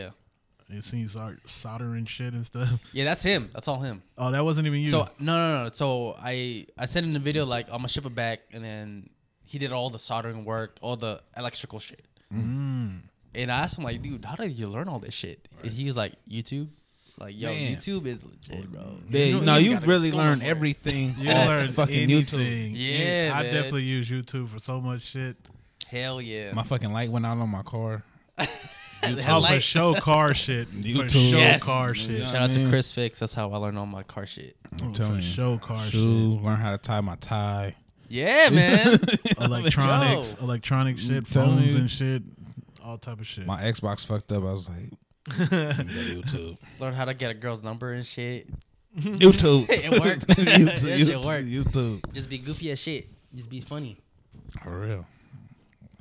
D: yeah.
C: It seems like soldering shit and stuff.
D: Yeah, that's him. That's all him.
C: Oh, that wasn't even you.
D: So no, no, no. So I I sent in the video like I'm gonna ship it back, and then he did all the soldering work, all the electrical shit.
B: Mm.
D: And I asked him like, dude, how did you learn all this shit? And he was like, YouTube. Like, yo,
B: Man.
D: YouTube is legit, bro.
B: you no, you
D: gotta
B: really
D: school
B: learn
D: for it.
B: everything.
C: you
B: off
C: learn
B: fucking YouTube.
C: anything.
D: Yeah,
C: I
D: man.
C: definitely use YouTube for so much shit.
D: Hell yeah.
B: My fucking light went out on my car.
D: The
C: Oh, for
D: headlight-
C: show car shit. For
B: YouTube.
C: show
D: Yes.
C: car shit.
D: Shout out to Chris Fix. That's how I learned all my car shit.
B: I'm
C: Oh, For
B: telling you.
C: show car
B: Shoe, learn how to tie my tie.
D: Yeah, man.
C: shit. Electronics,
D: Yo.
C: electronic shit,
B: telling
C: phones
B: you.
C: and shit, all type of shit.
B: My Xbox fucked up. I was like, "Let me go to
D: Learn how to get a girl's number and shit.
B: YouTube. YouTube.
D: It worked.
B: YouTube.
D: That shit worked.
B: YouTube. YouTube.
D: Just be goofy as shit. Just be funny.
B: For real.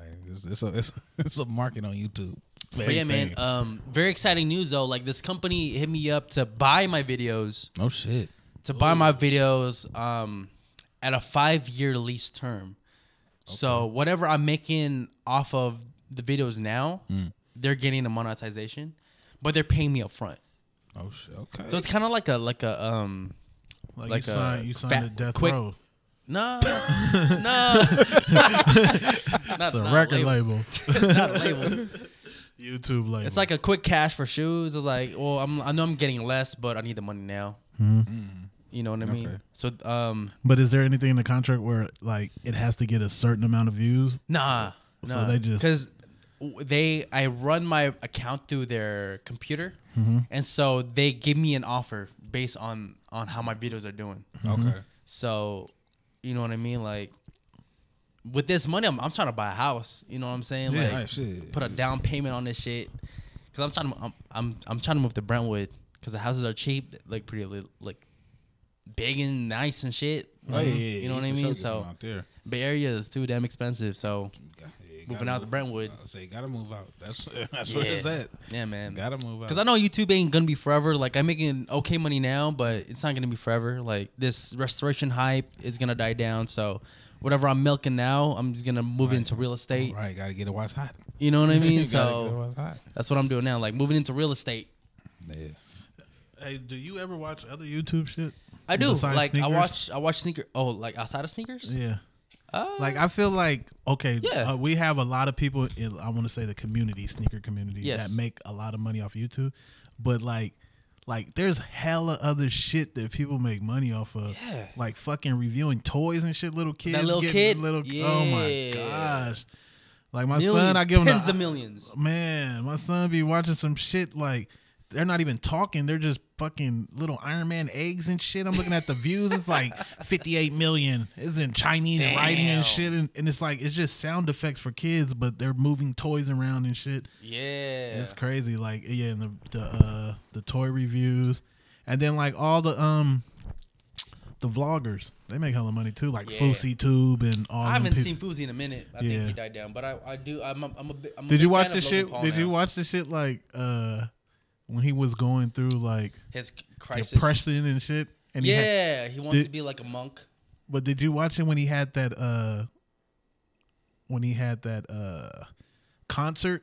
B: Like, it's, it's, a, it's, it's a market on YouTube. for
D: But yeah, man.
B: everything.
D: Um, very exciting news though. Like this company hit me up to buy my videos,
B: no shit.
D: to buy my videos, um, at a five-year lease term. So whatever I'm making off
C: Mm.
D: of the videos now, they're getting a monetization, but they're paying me up front.
B: Oh shit. Okay.
D: So it's kind of like a like a um
C: Like,
D: Like
C: you
D: a
C: signed, you signed
D: fat-
C: a death
D: quick-
C: row.
D: no no not
C: It's a
D: not
C: record
D: label.
C: label,
D: not label.
C: YouTube label.
D: It's like a quick cash for shoes. It's like, well, I'm, I know I'm getting less, but I need the money now.
C: Mm-hmm.
D: You know what I mean?
B: Okay.
D: So, um,
C: but is there anything in the contract where like it has to get a certain amount of views?
D: nah,
C: So
D: nah.
C: they just-
D: because they I run my account through their computer,
C: Mm-hmm.
D: and so they give me an offer based on on how my videos are doing.
C: Mm-hmm.
B: Okay.
D: So, you know what I mean? Like, with this money, I'm, I'm trying to buy a house. You know what I'm saying?
B: Yeah,
D: like,
B: right, shit.
D: put a down payment on this shit. Cause I'm trying to, I'm, I'm, I'm trying to move to Brentwood. Cause the houses are cheap, like pretty, li- like big and nice and shit.
B: Oh, yeah,
D: Like,
B: yeah, yeah,
D: You know what I
B: for sure
D: mean?
B: get some
D: So,
B: out there.
D: Bay Area is too damn expensive. So,
B: Got- yeah, you
D: moving
B: gotta
D: out to
B: move-
D: Brentwood.
B: I say, gotta move out. That's that's where it's at.
D: Yeah, man.
B: Gotta move out.
D: Cause I know YouTube ain't gonna be forever. Like I'm making okay money now, but it's not gonna be forever. Like this restoration hype is gonna die down. So whatever I'm milking now, I'm just gonna move into real estate.
B: Right, gotta get it while it's hot.
D: You know what I mean?
B: You gotta get it
D: so
B: while it's hot.
D: that's what I'm doing now. Like moving into real estate.
B: Yeah.
C: Hey, do you ever watch other YouTube shit?
D: I do.
C: Besides
D: like I
C: sneakers?
D: watch I watch sneaker. Oh, like outside of sneakers? Uh,
C: Yeah. like I feel like okay,
D: Yeah.
C: uh, we have a lot of people. In, I want to say the community, sneaker community,
D: Yes.
C: that make a lot of money off YouTube, but like, like there's hella other shit that people make money off of.
D: Yeah.
C: Like fucking reviewing toys and shit. Little kids,
D: little
C: getting
D: kid?
C: little. Oh my
D: Yeah.
C: gosh! Like my
D: Millions,
C: son, I give him
D: tens
C: the,
D: of millions.
C: Man, my son be watching some shit like they're not even talking. They're just fucking little Iron Man eggs and shit. I'm looking at the views. It's like 58 million. It's in Chinese writing and shit. And, and it's like, it's just sound effects for kids, but they're moving toys around and shit.
D: Yeah.
C: It's crazy. Like, yeah, and the, the, uh, the toy reviews. And then like all the, um, the vloggers, they make hella money too. Like
D: Yeah.
C: Fousey Tube and all
D: I
C: them
D: haven't
C: people.
D: seen Fousey in a minute. I
C: Yeah.
D: think he died down, but I, I do. I'm a, I'm a, bi- I'm a
C: Did
D: big
C: you watch
D: fan
C: the
D: of Logan
C: shit?
D: Paul
C: Did you
D: now.
C: watch the shit like uh when he was going through like
D: his crisis?
C: depression and shit? And he had,
D: yeah, he wants
C: Did-
D: to be like a monk.
C: but did you watch him when he had that uh when he had that uh concert?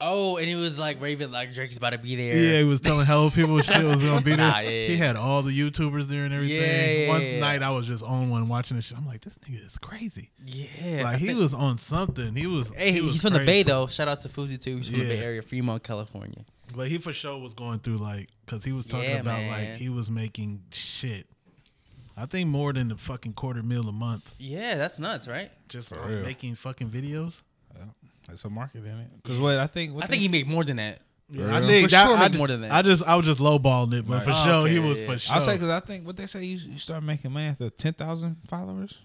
D: Oh, and he was like raving like Drake's about to be there.
C: Yeah, he was telling hell people shit was gonna be there.
D: Nah, yeah,
C: He
D: yeah.
C: had all the YouTubers there and everything.
D: Yeah, yeah,
C: one
D: yeah.
C: night I was just on one watching this shit. I'm like, this nigga is crazy.
D: yeah.
C: like
D: I
C: he
D: think-
C: was on something. He was.
D: Hey,
C: he
D: he's
C: was
D: from the
C: crazy.
D: Bay though. Shout out to Fousey too. He's from the Bay
C: Yeah.
D: Area, Fremont, California.
C: But he for sure was going through like, cause he was talking
D: Yeah,
C: about like
D: man.
C: he was making shit. I think more than the fucking quarter mil a month
D: Yeah, that's nuts, right?
C: just
B: For
C: off
B: real.
C: making fucking videos.
B: There's a market in it. Cause what I think, what
D: I think he made more than that.
C: I
B: real.
C: think
D: For
C: that,
D: sure
C: I,
D: make more than that.
C: I just I was just lowballing it, but for
D: Oh,
C: sure he
D: okay,
C: was
D: yeah, yeah.
C: for sure.
B: I'll say because I think what they say you, you start making money after ten thousand followers.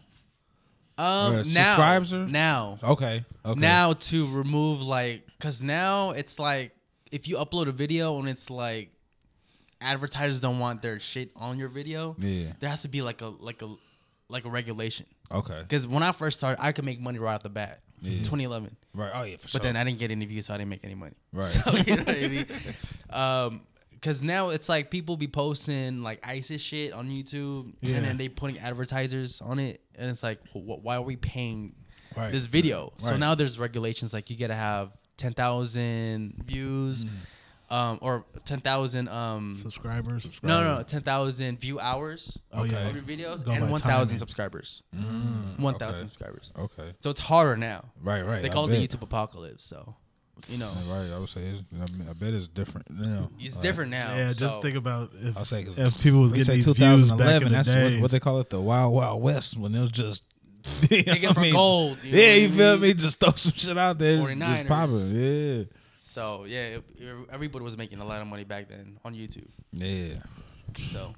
D: Um,
B: Uh,
D: now,
B: subscribes are-
D: now,
B: Okay. Okay.
D: now to remove like, cause now it's like if you upload a video and it's like advertisers don't want their shit on your video.
B: Yeah.
D: there has to be like a like a like a regulation.
B: Okay.
D: Because when I first started, I could make money right off the bat. 2011.
B: Right. Oh yeah. For sure.
D: But then I didn't get any views, so I didn't make any money.
B: Right.
D: So, you know what I mean? Um, because now it's like people be posting like ISIS shit on YouTube,
C: Yeah.
D: and then they putting advertisers on it, and it's like, wh- wh- why are we paying
B: Right.
D: this video? So
B: Right.
D: now there's regulations like you gotta have ten thousand views, um, or ten thousand um,
C: subscribers.
D: no, no, no, ten thousand view hours
C: Oh, yeah.
D: of your videos
C: Go by
D: and one thousand
C: timing.
D: subscribers, one
B: Mm,
D: thousand
B: okay.
D: subscribers.
B: okay.
D: So it's harder now.
B: Right. Right.
D: They
B: I
D: call it the
B: bet.
D: YouTube apocalypse. So, you know,
B: Right. I would say. It's, I, mean, I bet it's different now.
D: it's
B: Like,
D: different now.
C: Yeah,
D: so-
C: just think about if,
B: I'll say 'cause-
C: if people was
B: They say
C: getting these views back in
B: 2011.
C: the
B: That's what,
C: days.
B: what they call it, the Wild Wild West, when it was just. Digging
D: for gold, you know
B: yeah,
D: what
B: you
D: I
B: feel
D: mean?
B: me? Just throw some shit out there. It's, it's
D: 49ers.
B: popping. Yeah.
D: So yeah, it- it- everybody was making a lot of money back then on YouTube.
B: Yeah.
D: So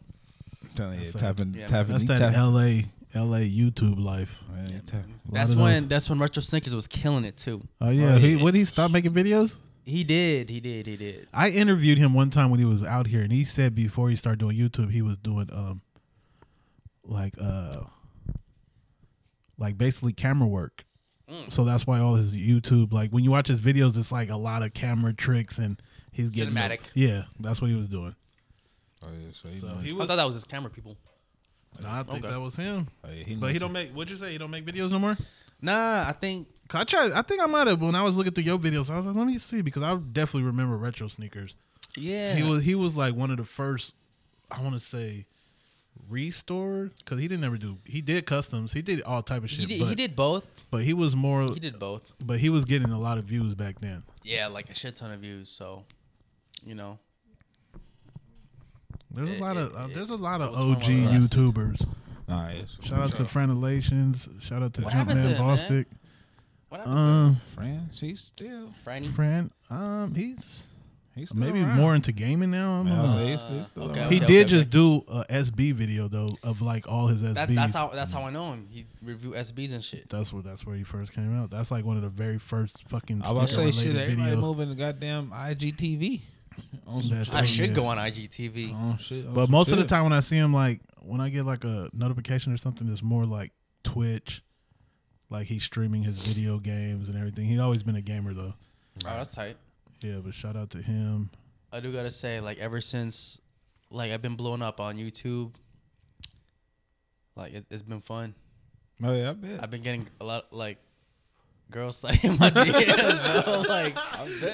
B: I'm telling you,
C: That's
B: tapping,
D: yeah,
B: tapping,
C: that's
B: you
C: that
B: tapping.
C: L.A. L.A. YouTube life.
B: Man, you tapping.
D: that's
C: of
D: when
C: those-
D: that's when Retro Snickers was killing it too.
C: Oh yeah, he would he stop making videos?
D: He did, he did, he did.
C: I interviewed him one time when he was out here, and he said before he started doing YouTube, he was doing um, like uh, like basically camera work.
D: Mm.
C: So that's why all his YouTube, like when you watch his videos, it's like a lot of camera tricks, and he's getting
D: Cinematic.
C: yeah, that's what he was doing.
B: Oh, yeah, so he
C: So
B: know-
C: he
D: I
C: was.
D: thought that was his camera people.
C: no, I think
D: Okay.
C: that was him.
B: oh, yeah, he
C: But he
B: know-
C: don't make. What'd you say? He don't make videos no more.
D: Nah, I think
C: 'Cause I tried. I think I might have when I was looking through your videos. I was like, let me see because I definitely remember retro sneakers.
D: Yeah.
C: He was he was like one of the first. I want to say restored because he didn't ever do. He did customs. He did all type of shit.
D: He did,
C: but,
D: he did both.
C: but he was more.
D: He did both.
C: But he was getting a lot of views back then.
D: Yeah, like a shit ton of views. So, you know,
C: There's a
D: It-
C: lot
D: it-
C: of uh,
D: it-
C: there's a lot of
D: was one of
C: OG
D: the last-
C: YouTubers.
B: Nice.
C: Shout out to Fran Elations. Shout out to
D: What happened
C: Jumpman
D: to him,
C: Bostic.
D: man? what happened
C: Um,
B: friend. She's still.
D: to Franny?
C: Fran. Um, he's
B: He's still
C: maybe
B: around.
C: more into gaming now. I don't
B: I
C: know.
B: was like, he's- he's still
D: okay,
B: around.
C: He
D: okay.
C: did just do a SB video though of like all his SBs.
D: That, that's how that's how I know him. He reviewed SBs and shit.
C: That's where that's where he first came out. That's like one of the very first fucking
B: I was
C: sneaker
B: about to say shit.
C: related
B: Everybody
C: video.
B: moving to goddamn IGTV. On some
C: That's
B: shit.
C: Oh,
D: I should
C: yeah. Oh,
D: go on IGTV.
B: On shit. on
C: But
B: some
C: most of the
B: shit.
C: time when I see him, like when I get like a notification or something, it's more like Twitch. Like he's streaming his video games and everything. He's always been a gamer though.
D: Oh, that's tight.
C: Yeah, but shout out to him.
D: I do gotta say, like ever since, like I've been blowing up on YouTube. Like it's, it's been fun.
B: Oh yeah, I bet.
D: I've been getting a lot like girls sliding my DMs. bro. Like,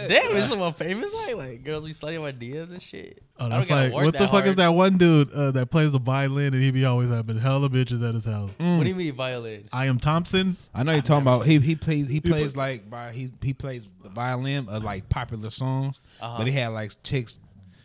D: damn, is someone famous? Like, like girls be sliding my DMs and shit.
C: Oh,
D: I
C: that's
D: don't gotta
C: like
D: work
C: what the fuck is
D: hard.
C: that one dude uh, that plays the violin and he be always having hella bitches at his house.
D: What do you mean violin?
C: I am Thompson.
B: I know you're talking about he he plays he plays like by he he plays the violin of like popular songs, but he had like chicks.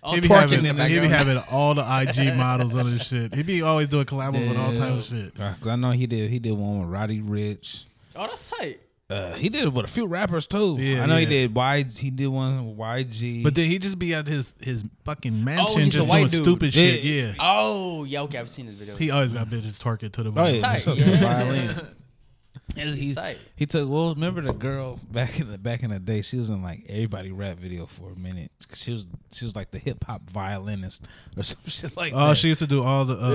D: Oh,
C: He be,
B: twerking
C: having,
B: in the
C: he be
B: background.
C: having all the IG models on his shit. He be always doing collabs with all type of shit.
B: Uh, 'cause I know he did he did one with Roddy Rich.
D: oh, that's tight.
B: Uh, he did it with a few rappers too.
C: Yeah,
B: I know he
C: yeah.
B: did. Y he did one with YG.
C: But then he just be at his his fucking mansion
D: Oh, he's a
C: just doing
D: white dude.
C: stupid
B: Yeah.
C: shit. Yeah.
D: Oh, yeah, okay, I've seen this video.
C: He always got bitches twerking to the
B: oh,
C: violin.
B: yeah,
D: tight,
B: so the
D: yeah.
B: violin.
D: He's tight.
B: He took well. Remember the girl back in the back in the day? She was in like everybody rap video for a minute. She was she was like the hip hop violinist or some shit like that.
C: Oh, she used to do all the uh,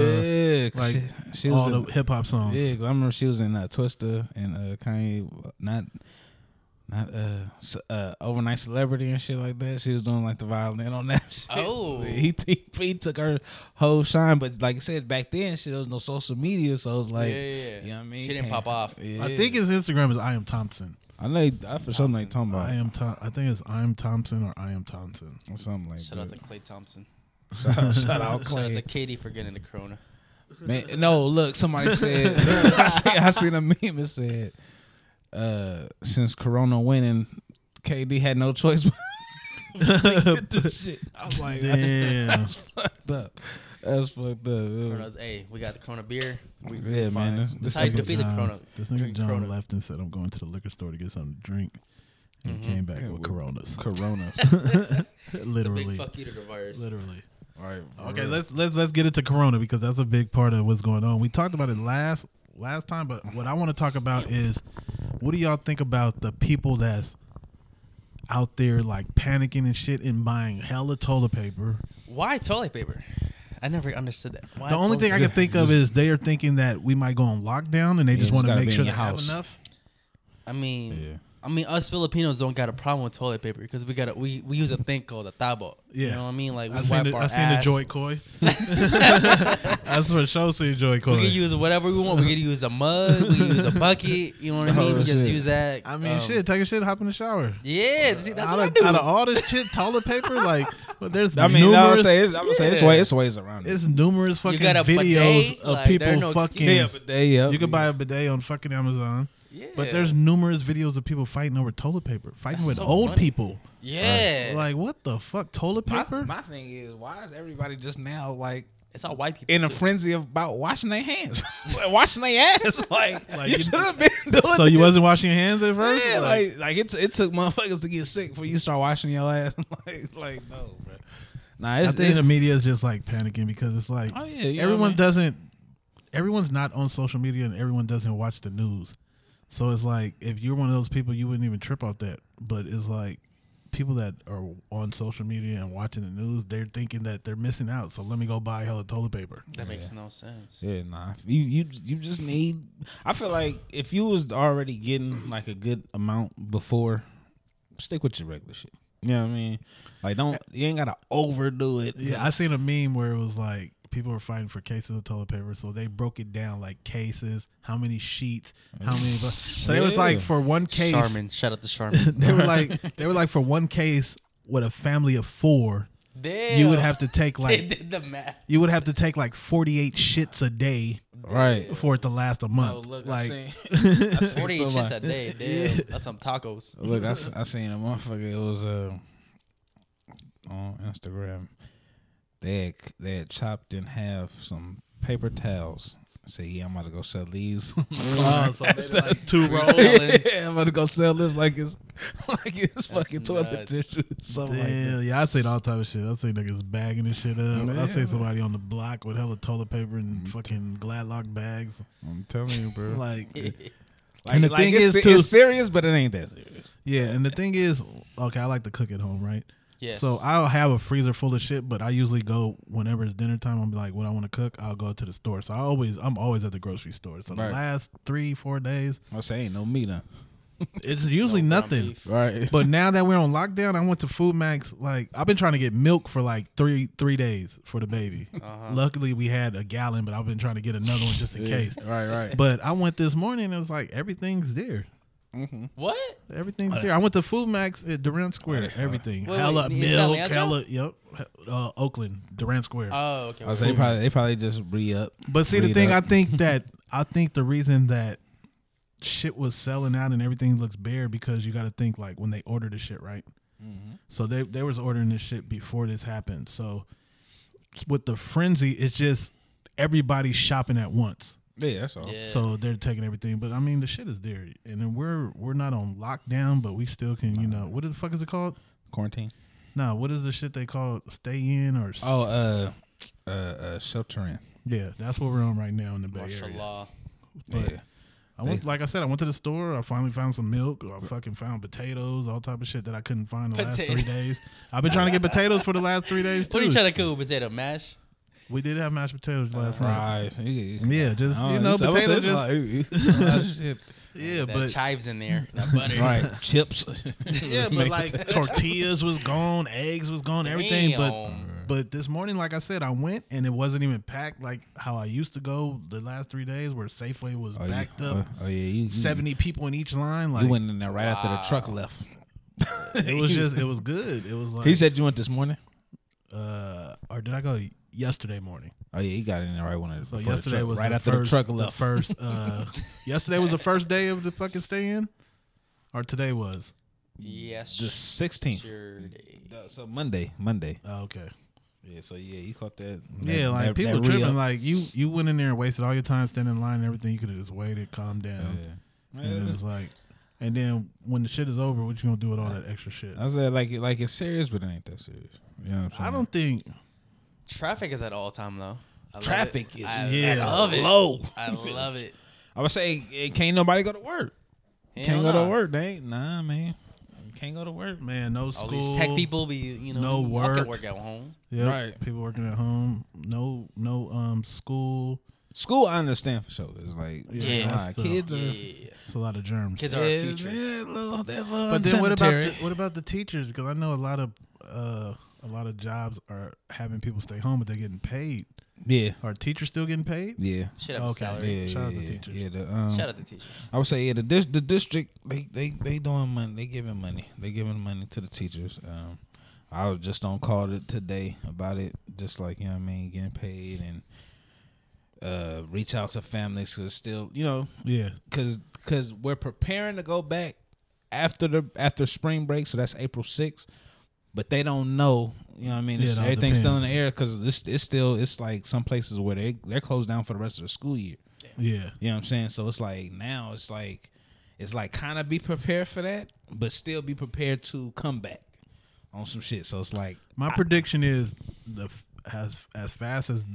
B: yeah, 'cause
C: like
B: she, she was
C: all
B: in-
C: the hip hop songs.
B: Yeah, 'cause I remember she was in uh, Twista and uh, Kanye, not not uh, s- uh overnight celebrity and shit like that. She was doing like the violin on that. Shit.
D: Oh.
B: he, he he took her whole shine, but like I said back then, shit there was no social media, so it was like,
D: Yeah, yeah, yeah.
B: you know what I mean.
D: She didn't
B: Can't-
D: pop off.
B: Yeah.
C: I think his Instagram is I am Thompson.
B: I know. he- I for something like talking
C: I
B: about
C: am Tom. I think it's I am Thompson or I am Thompson.
B: or something like
D: Shout out to
B: that.
D: Clay Thompson.
B: Shout out, shout out,
D: Shout out to
B: Clay.
D: Katie for getting the corona.
B: Man, no, look, somebody said I seen I seen a meme that said uh since Corona winning, KD had no choice but to get this shit. I was like,
C: Damn.
B: that's fucked up. That's fucked up.
D: Corona's, hey, we got the corona beer. We,
B: Yeah, man. This,
D: That's
B: this
D: how you
B: nigga-
D: defeat the
C: John-
D: corona.
C: This nigga
D: Drink
C: John
D: corona.
C: left and said, "I'm going to the liquor store to get something to drink." And
D: Mm-hmm.
C: he came back with Coronas,
B: Coronas.
C: literally,
D: Big fuck you to the virus.
C: literally.
B: All right.
C: Okay, let's let's let's get into Corona because that's a big part of what's going on. We talked about it last last time, but what I want to talk about is what do y'all think about the people that's out there like panicking and shit and buying hella toilet paper?
D: Why toilet paper? I never understood that. Why
C: the only
D: toilet
C: thing I
D: paper?
C: can think of is they are thinking that we might go on lockdown and they just
B: just
C: want to
B: gotta
C: make
B: be in
C: sure they
B: your
C: have
B: house.
C: enough.
D: I mean,
B: Yeah.
D: I mean, us Filipinos don't got a problem with toilet paper because we got a, we we use a thing called a tabo.
C: Yeah.
D: you know what I mean. Like we
C: I
D: wipe
C: seen the,
D: our
C: I seen the
D: ass.
C: joy koi. That's for sure. See joy koi.
D: We can use whatever we want. We can use a mug. We can use a bucket. You know what I mean.
B: Oh,
D: we just
B: shit.
D: use that.
C: I mean,
D: um,
C: shit. Take a shit. Hop in the shower.
D: Yeah, see, that's
C: out,
D: what I
C: of,
D: do.
C: out of all this shit, toilet paper, like, well, there's
B: I mean, I would
C: numerous,
B: say it's, I would say it's
C: Yeah.
B: way, it's ways around it.
C: it's numerous fucking
D: got a
C: videos
D: bidet?
C: of
D: Like, there
C: people
D: are no
C: fucking.
D: excuses.
B: but they, yeah,
C: you can buy a bidet on fucking Amazon,
D: yeah.
C: but there's numerous videos of people fighting over toilet paper, fighting
D: That's
C: with
D: so
C: old
D: funny.
C: people.
D: yeah,
C: Like, what the fuck, toilet
B: my,
C: paper?
B: my thing is, why is everybody just now like
D: it's all white people
B: in a
D: too.
B: frenzy about washing their hands, Like, washing their ass. Like,
C: Like,
B: you
C: you-
B: should have been doing.
C: so you
B: this.
C: wasn't washing your hands at first?
B: Yeah, like, like, it, t- it took motherfuckers to get sick before you start washing your ass. like, like no, bro. Nah, it's,
C: I think the
B: it's-
C: media is just like panicking because it's like
B: Oh, yeah, you know what I
C: everyone
B: mean?
C: doesn't, everyone's not on social media and everyone doesn't watch the news. So it's like if you're one of those people, you wouldn't even trip out that. But it's like people that are on social media and watching the news, they're thinking that they're missing out. So let me go buy hella toilet paper.
D: that makes no sense.
B: yeah, nah. You you you just need. I feel like if you was already getting like a good amount before, stick with your regular shit. You know what I mean? Like, don't you ain't gotta overdo it.
C: Yeah, I seen a meme where it was like people were fighting for cases of toilet paper, so they broke it down like cases, how many sheets, how many. bu- So it was like
B: Yeah.
C: for one case,
D: Charmin, shout out to Charmin.
C: they were like they were like for one case with a family of four
D: Damn.
C: You would have to take
D: It
C: like
D: did the math.
C: you would have to take like 48 shits a day
B: Right.
C: for it to last a month.
B: Oh, look, I
C: like
B: seen,
D: Forty eight shits a
B: somebody-
D: day. Damn. That's some tacos.
B: look, I, s- I seen a motherfucker. It was uh, on Instagram. They had, they had chopped in half some paper towels. Say, yeah, I'm about to go sell these.
C: oh, so maybe like two rolls.
D: Selling.
B: yeah, I'm about to go sell this like it's like it's fucking toilet
D: nuts.
B: tissue. Something like that.
C: Damn, yeah, I seen all type of shit. I seen niggas bagging this shit up. I seen somebody on the block with hella toilet paper and fucking Gladlock bags.
B: I'm telling you, bro. like,
C: Like,
B: and the thing is,
C: too-
B: it's serious, but it ain't that serious.
C: yeah, and the thing is, okay, I like to cook at home, right?
D: Yes.
C: So I'll have a freezer full of shit, but I usually go whenever it's dinner time. I'll be like, what I want to cook, I'll go to the store. So I always, I'm always at the grocery store. So
B: Right.
C: the last three, four days,
B: I'm saying no meat, huh?
C: it's usually
D: ground
C: nothing.
D: beef.
B: right?
C: But now that we're on lockdown, I went to Food Max. Like I've been trying to get milk for like three three days for the baby.
D: Uh-huh.
C: Luckily, we had a gallon, but I've been trying to get another one just in case.
B: right, right.
C: But I went this morning. and It was like everything's there.
D: What?
C: Everything's there. I went to Food Max at Durant Square. Everything.
D: Wait,
C: hella
D: wait, in San
C: milk.
D: Leandro?
C: Hella. Yep. Uh, Oakland, Durant Square.
D: Oh, okay.
B: I was they probably they probably just re up.
C: But see, the thing I think that I think the reason that shit was selling out and everything looks bare because you got to think like when they ordered the shit, right?
B: Mm-hmm.
C: So they they was ordering this shit before this happened. So with the frenzy, it's just everybody's shopping at once.
B: yeah, that's all.
D: Yeah.
C: So they're taking everything, but I mean the shit is there, and then we're we're not on lockdown, but we still can, you know, what the fuck is it called?
B: Quarantine.
C: Nah, what is the shit they call stay in or s-
B: Oh, uh, uh, uh sheltering.
C: yeah? That's what we're on right now in the Bay Area.
D: Mashallah.
C: But
B: Yeah.
C: I went, like I said, I went to the store. I finally found some milk. I fucking found potatoes, all type of shit that I couldn't find the last three
D: Potato-
C: days. I've been trying to get potatoes for the last three days too.
D: What are you trying to cook with potato mash?
C: we did have mashed potatoes last night.
B: Right.
C: Yeah, just
B: Oh,
C: you know,
B: it's- I was
C: potatoes. Just,
B: saying, it's like, ooh, ooh. shit.
C: yeah,
D: That
C: but
D: chives in there. That butter.
B: right. Chips.
C: yeah, but like tortillas was gone, eggs was gone, everything.
D: Damn.
C: But but this morning, like I said, I went and it wasn't even packed like how I used to go the last three days, where Safeway was
B: Oh, you-
C: backed
B: oh,
C: up,
B: Oh, yeah, you, you
C: seventy people in each line. Like
B: You went in there right after the truck left.
C: it was just it was good. It was like
B: He said you went this morning.
C: uh, or did I go yesterday morning?
B: Oh yeah, he got in there right when it before
C: So
B: the
C: yesterday
B: truck-
C: was
B: right
C: the
B: after
C: first,
B: the truck left.
C: first, uh, yesterday was the first day of the fucking stay in, or today was.
D: Yes.
B: the sixteenth.
D: yesterday.
B: So Monday, Monday.
C: Oh, okay.
B: Yeah, so yeah, you caught that.
C: Yeah, like people tripping. Like you, you went in there and wasted all your time standing in line and everything. You could have just waited, calmed down, and it was like, and then when the shit is over, what you gonna do with all that extra shit?
B: I said like like it's serious, but it ain't that serious. You know what I'm saying?
C: I don't think.
D: Traffic is at all time though. I love it.
B: Traffic is-
D: I,
C: yeah,
D: I love it.
B: low.
D: I love it.
B: I would say eh, can't nobody go to work.
D: Hell
B: can't go
D: nah.
B: to work, they ain't- Nah, man. Can't go to work.
C: Man, no
D: All
C: school.
D: these tech people be, you know,
C: no
D: I
C: work.
D: can work at home.
C: Yep,
B: Right.
C: People working at home. No, no um school.
B: School, I understand for sure. It's like
D: Yeah.
B: nah,
C: So-
B: kids are.
D: Yeah,
C: It's a lot of germs.
D: kids are our
B: Yeah,
D: future.
B: they're a little- they're a little
C: But then what about
B: unsanitary.
C: the, what about the teachers? Because I know a lot of uh, a lot of jobs are having people stay home, but they're getting paid.
B: yeah,
C: Are teachers still getting paid?
B: yeah.
D: Should have a
C: Okay.
D: salary.
B: Yeah,
C: Shout out
B: yeah,
C: to
B: yeah.
C: teachers.
B: Yeah, the, um,
D: Shout out to teacher.
B: I would say yeah, the dis- the district they, they they doing money, they giving money, they giving money to the teachers. Um, I was just on call it today about it, just like you know what I mean, getting paid and uh, reach out to families because still you know
C: Yeah.
B: because because we're preparing to go back after the after spring break, so that's April sixth. But they don't know, you know. what I mean,
C: Yeah,
B: It's-
C: it all
B: everything's still in
C: depends.
B: the air because it's it's still it's like some places where they they're closed down for the rest of the school year.
C: Yeah.
B: You know what I'm saying? So it's like now it's like it's like kind of be prepared for that, but still be prepared to come back on some shit. So it's like
C: My prediction is the f- as as fast as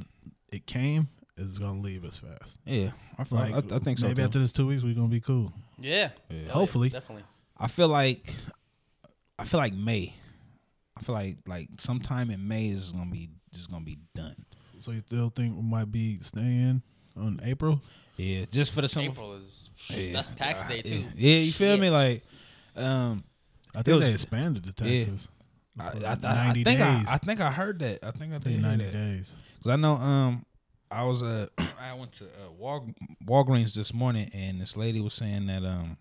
C: it came is gonna leave as fast.
B: yeah, I, feel
C: Like
B: I, I think so.
C: Maybe
B: too.
C: after this two weeks we're gonna be cool.
D: Yeah. Hell yeah.
C: Hopefully.
D: Definitely.
B: I feel like I feel like May. I feel like like sometime in May is gonna be just gonna be done.
C: So you still think we might be staying on April?
B: Yeah, just for the summer.
D: April is that's tax day
B: Yeah,
D: too.
B: yeah, you feel me?
D: Shit.
B: Like, um,
C: I think
B: was-
C: they expanded the
B: yeah.
C: taxes.
B: I,
C: For
B: I,
C: like
B: I, I
C: 90
B: think I,
C: days.
B: I think I heard that. I think I
C: Yeah.
B: did hear
C: Ninety
B: that.
C: days.
B: Cause I know um I was uh I went to uh, Wal- Walgreens this morning and this lady was saying that um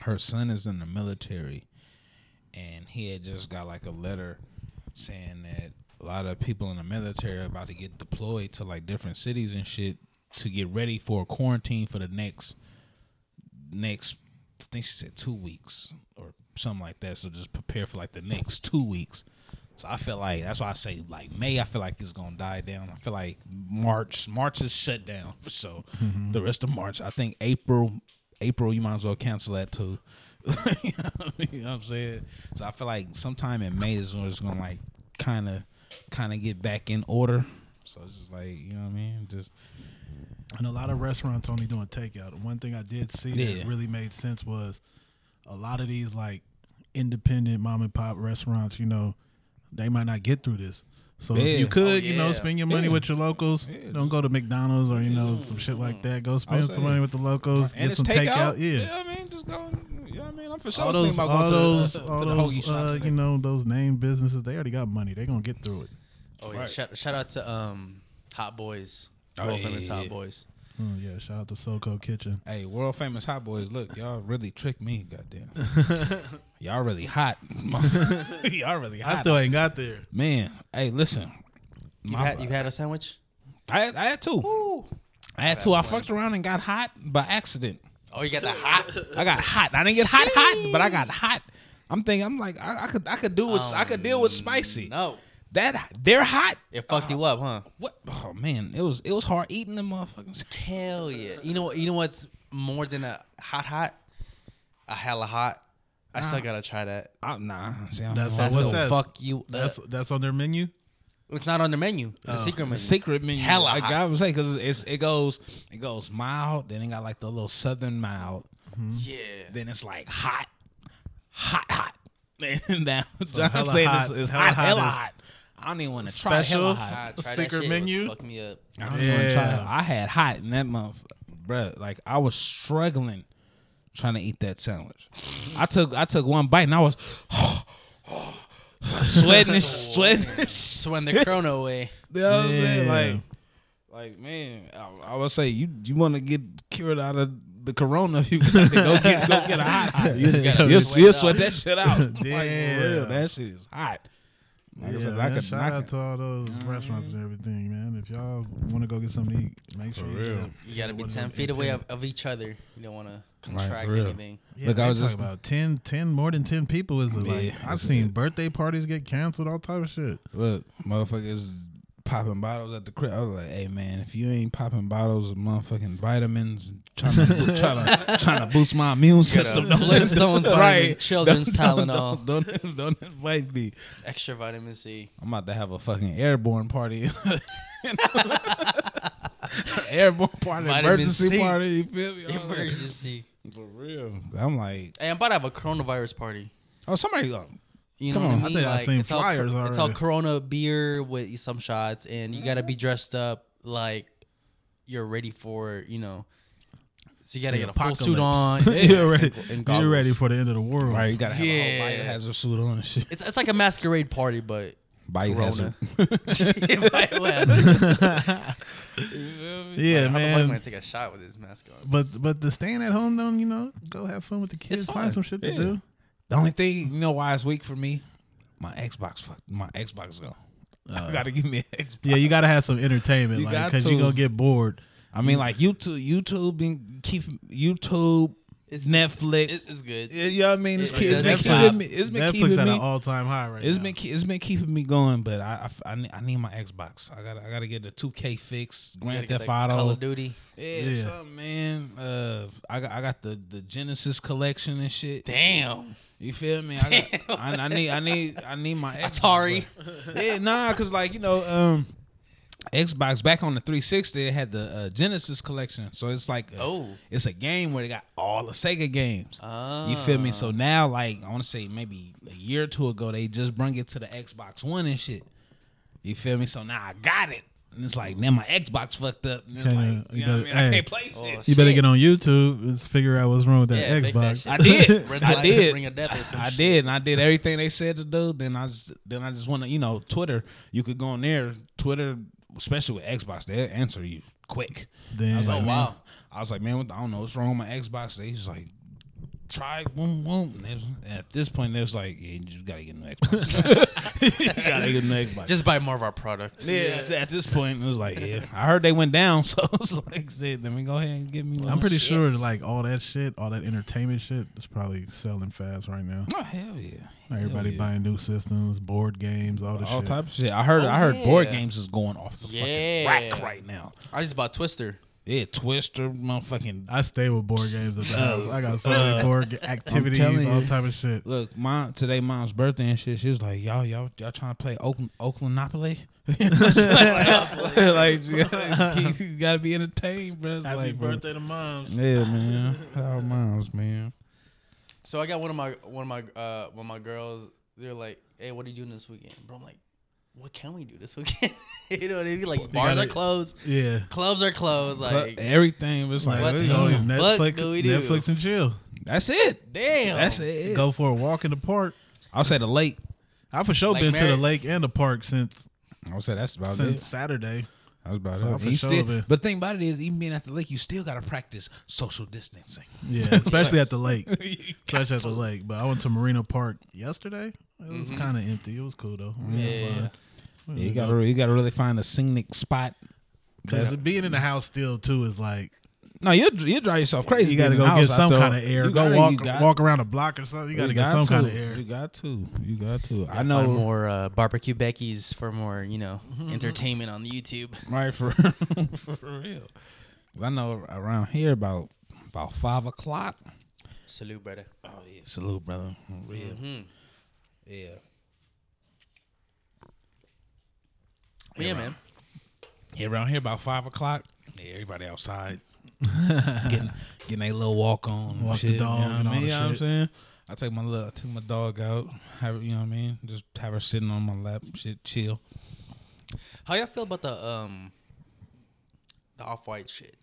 B: her son is in the military and he had just got like a letter saying that a lot of people in the military are about to get deployed to like different cities and shit to get ready for quarantine for the next next I think she said two weeks or something like that. So just prepare for like the next two weeks. So I feel like that's why I say like May. I feel like it's gonna die down. I feel like March. March is shut down. So the rest of March, I think April. April, you might as well cancel that too. you know what I'm saying? So I feel like sometime in May is when it's gonna like kind of, kind of get back in order. So it's just like you know what I mean. Just
C: And a lot of restaurants only doing takeout. One thing I did see
B: Yeah.
C: that really made sense was a lot of these like independent mom and pop restaurants, you know, they might not get through this. So
B: Yeah.
C: if you could,
D: Oh,
C: you know,
D: yeah.
C: spend your money
B: Yeah.
C: with your locals.
B: Yeah. Mm.
C: Don't go to McDonald's or you know some shit like that. Go spend some
B: saying.
C: money with the locals.
B: and
C: get
B: it's
C: some takeout. Yeah.
B: I mean, just go. You know what I mean? I'm for sure
C: All those,
B: thinking about
C: all
B: going
C: those,
B: to the, uh,
C: all
B: to the hoagie
C: those,
B: shop.
C: uh,
B: today.
C: you know, those name businesses. They already got money. They're gonna get through it.
D: Oh yeah, shout, shout out to um Hot Boys,
B: Oh,
D: World
B: yeah,
D: Famous
B: yeah,
D: Hot
B: yeah.
D: Boys.
C: Oh yeah, shout out to Soco Kitchen.
B: Hey, world famous hot boys, look, y'all really tricked me, goddamn. y'all really hot. y'all really hot.
C: I still ain't got there.
B: Man, hey, listen.
D: You
B: My
D: had you had a sandwich?
B: I, had- I had two. I had two. I fucked around and got hot by accident.
D: Oh, you got the hot.
B: I got hot. I didn't get hot, hot, but I got hot. I'm thinking, I'm like, I, I could, I could do with, I could deal with spicy.
D: Um, No,
B: That they're hot.
D: it fucked you up, huh?
B: What? Oh man, it was, it was hard eating them motherfuckers.
D: Hell yeah. You know what? You know what's more than a hot hot? A hella hot. I still gotta try that.
B: Oh, nah, see, I
C: That's
B: that's a
C: a- what's
D: That'll
C: that?
D: Fuck you.
C: That's
D: That's
C: that's on their menu.
D: it's not on the menu. It's a secret menu.
B: secret menu.
D: Hella
B: like
D: hot.
B: I was saying, because it's it goes, it goes mild. Then it got like the little southern mild.
D: Yeah.
B: Then it's like hot, hot, hot. And now I'm
C: hella
B: saying it's,
C: hot-
B: it's
C: hella
B: hot,
C: hot
B: hella
C: is
B: hot. I don't even want to try
C: special.
B: hella hot.
D: I tried
C: Secret
D: that shit.
C: menu?
D: It was fucking me up.
B: I don't even want to try.
C: Yeah.
B: I had hot in that month, bruh. Like I was struggling trying to eat that sandwich. I took I took one bite and I was sweating, and sweating.
D: Just when the chrono away.
B: You know what I'm saying?
C: Yeah.
B: Like, like man, I, I would say you you want to get cured out of the corona if you got to go get go get a hot. hot. You,
D: gotta
B: will
D: sweat
B: sweat,
D: it out.
B: that shit out. like, for real,
C: Damn.
B: that shit is hot. Like
C: Yeah,
B: I said, I
C: man,
B: could,
C: shout
B: I
C: out
B: could-
C: to all those
D: Mm-hmm.
C: restaurants and everything, man. If y'all want to go get something to eat, make sure you,
B: real.
C: get-
D: You gotta be
C: one of
D: ten
C: them
D: feet away of,
C: independent-
D: of each other. You don't wanna
B: for
D: contract
B: real.
D: anything.
C: Yeah,
B: Look, I
C: they
B: was
C: talk
B: just-
C: about 10, 10, more than ten people is like
B: Yeah,
C: I've
B: that's
C: seen
B: it.
C: birthday parties get canceled, all type of shit.
B: Look, motherfuckers popping bottles at the crib. I was like, hey man, if you ain't popping bottles of motherfucking vitamins and trying to trying to trying to boost my immune system, don't,
D: Flintstones right.
B: Right.
D: children's
B: don't,
D: Tylenol,
B: don't, don't, don't invite me.
D: extra vitamin C.
B: I'm about to have a fucking airborne party. airborne party,
D: Vitamin
B: emergency
D: C.
B: party. You feel me? I'm like,
D: Emergency.
B: For real. I'm like,
D: Hey, I'm about to have a coronavirus party.
B: oh, somebody. uh,
D: You know
B: Come on.
D: what I
B: I
D: mean?
C: think I
D: like,
C: seen
D: it's all cor-
C: flyers
D: It's all
C: already. Mm-hmm.
D: Corona beer with some shots, and you gotta be dressed up like you're ready for you know. So you gotta
C: The
D: get a full suit on.
C: apocalypse. you're,
D: yes,
C: ready,
D: and- and
C: you're ready
D: goggles.
C: for the end of the world.
B: Right, you gotta have a
D: Yeah.
B: whole biohazard suit on and shit.
D: It's it's like a masquerade party, but
B: Biohazard.
D: yeah,
C: Yeah,
D: I'm gonna
C: man.
D: take a shot with this mask on.
C: But but the staying at home, don't you know? Go have fun with the kids.
D: fun.
C: Find some shit to
B: Yeah.
C: do.
B: The only thing you know why it's weak for me, my Xbox. Fuck, my Xbox go.
D: Uh.
B: I gotta give me an Xbox.
C: Yeah, you gotta have some entertainment,
B: You
C: like
B: got
C: because
B: to.
C: you gonna get bored.
B: I mean, like YouTube, YouTube, and keep YouTube, Netflix.
D: It's, it's good.
B: yeah, you know what I mean? It's,
D: It-
B: keep- it's been
D: Netflix-
B: keeping me. It's been
C: Netflix
B: keeping
C: at
B: me.
C: an all time high right
B: It's
C: now.
B: been ke- it's been keeping me going, but I, I f- I, ne- I need my Xbox. I got I got to get the 2K fix,
D: Gotta
B: Grand
D: get
B: Theft
D: that Call
B: Auto.
D: of Duty.
B: Yeah,
C: Yeah.
B: something, man. Uh, I got I got the, the Genesis collection and shit.
D: Damn.
B: You feel me? I, got, I, I need I need I need my Xbox,
D: Atari.
B: but- yeah, nah, cause like you know, um, Xbox back on the 360, it had the uh, Genesis collection, so it's like a,
D: Oh.
B: it's a game where they got all the Sega games.
D: Ah.
B: You feel me? So now, like I want to say maybe a year or two ago, they just bring it to the Xbox One and shit. You feel me? So now I got it, and it's like now my Xbox fucked up. And it's
C: Kinda,
B: like you,
C: you
B: know what I
C: better-
B: mean? I
C: hey.
B: can't play
D: Oh,
B: shit.
C: You better
D: shit.
C: get on YouTube and figure out what's wrong with that
D: Yeah, fake that
C: Xbox.
D: shit.
B: I did.
D: Red
B: I
D: flag,
B: did.
D: ring of death or some
B: I
D: shit.
B: did, and I did everything they said to do. Then I just, then I just want to, you know, Twitter. You could go on there, Twitter, especially with Xbox, they will answer you quick. I
C: Damn.
B: was like,
D: Oh,
B: man,
D: wow.
B: I was like, man, what the, I don't know what's wrong with my Xbox. They just like try boom boom. And, it's- and at this point, there's like yeah, you just gotta get an Xbox. you gotta get an Xbox.
D: Just buy more of our products.
B: yeah, At this point, it was like yeah, I heard they went down, so it's like shit. Let me go ahead and give me. One.
C: I'm pretty sure like all that shit, all that entertainment shit, is probably selling fast right now.
B: Oh hell yeah!
C: Everybody
B: yeah.
C: buying new systems, board games, all this
B: All
C: shit.
B: type of shit. I heard. I heard board
D: Oh, yeah.
B: games is going off the
D: Yeah.
B: fucking rack right now.
D: I just bought Twister.
B: Yeah, Twister, motherfucking
C: I stay with board games at the house. I got so
B: uh,
C: many board ga- activities,
B: telling
C: all
B: you.
C: type of shit.
B: Look, mom today mom's birthday and shit. She was like, "Y'all, y'all, y'all trying to play Oakland, Oaklandopoly?" like, you gotta, you gotta be entertained, bro. It's like, bro,
C: to moms.
B: Yeah, man. How moms, man.
D: So I got one of my one of my uh one of my girls. They're like, "Hey, what are you doing this weekend?" Bro, I'm like, "What can we do this weekend?" you know what I mean? Like bars
C: gotta-
D: are closed,
C: Yeah.
D: clubs are closed. Like,
B: But everything was like,
C: Like,
D: the
C: we go
D: hell?
C: to
D: What
C: Netflix,
D: do we do?
C: Netflix and chill.
B: that's it.
D: damn,
B: That's it.
C: Go for a walk in the park.
B: I'll say the lake.
C: I for sure
D: Like
C: been to
D: Mary-
C: the lake and the park since
B: I'll say that's about
C: since
B: it.
C: Saturday.
B: That was about
C: So
B: it.
C: for
B: And you
C: sure,
B: still-
C: man.
B: but thing about it is, even being at the lake, you still gotta practice social distancing.
C: Yeah, especially at the lake. especially at the lake. But I went to Marina Park yesterday. It was kind of empty. It was cool though. We had
D: Mm-hmm. Yeah.
C: fun. We
B: You
C: had
B: gotta, you gotta really find a scenic spot.
C: Because being in the house still too is like
B: No, you you drive yourself crazy.
C: you got to
B: being in
C: go
B: the
C: get
B: house
C: some
B: out
C: kind of
B: there.
C: air.
B: You
C: Go
B: gotta- you
C: walk
B: got-
C: walk around a block or something. You got to get some kind of
B: to.
C: air.
B: You got to. You got to. I
D: Buy
B: know.
D: more uh, barbecue Becky's for more, you know, entertainment on YouTube.
B: Right for for real. 'Cause I know around here about about five o'clock.
D: Salute, brother.
B: Salute, brother. For Real. Mm-hmm. Yeah.
D: Yeah, man.
B: Yeah, around here about five o'clock. Yeah, everybody outside getting getting a little walk on. and
C: Walk the
B: shit,
C: dog
B: You know,
C: and
B: what, I
C: all
B: mean?
C: the
B: You know what I'm
C: shit.
B: saying? I take my little, I take my dog out. Have her- you know what I mean? Just have her sitting on my lap. Shit, chill.
D: How y'all feel about the um the off white shit?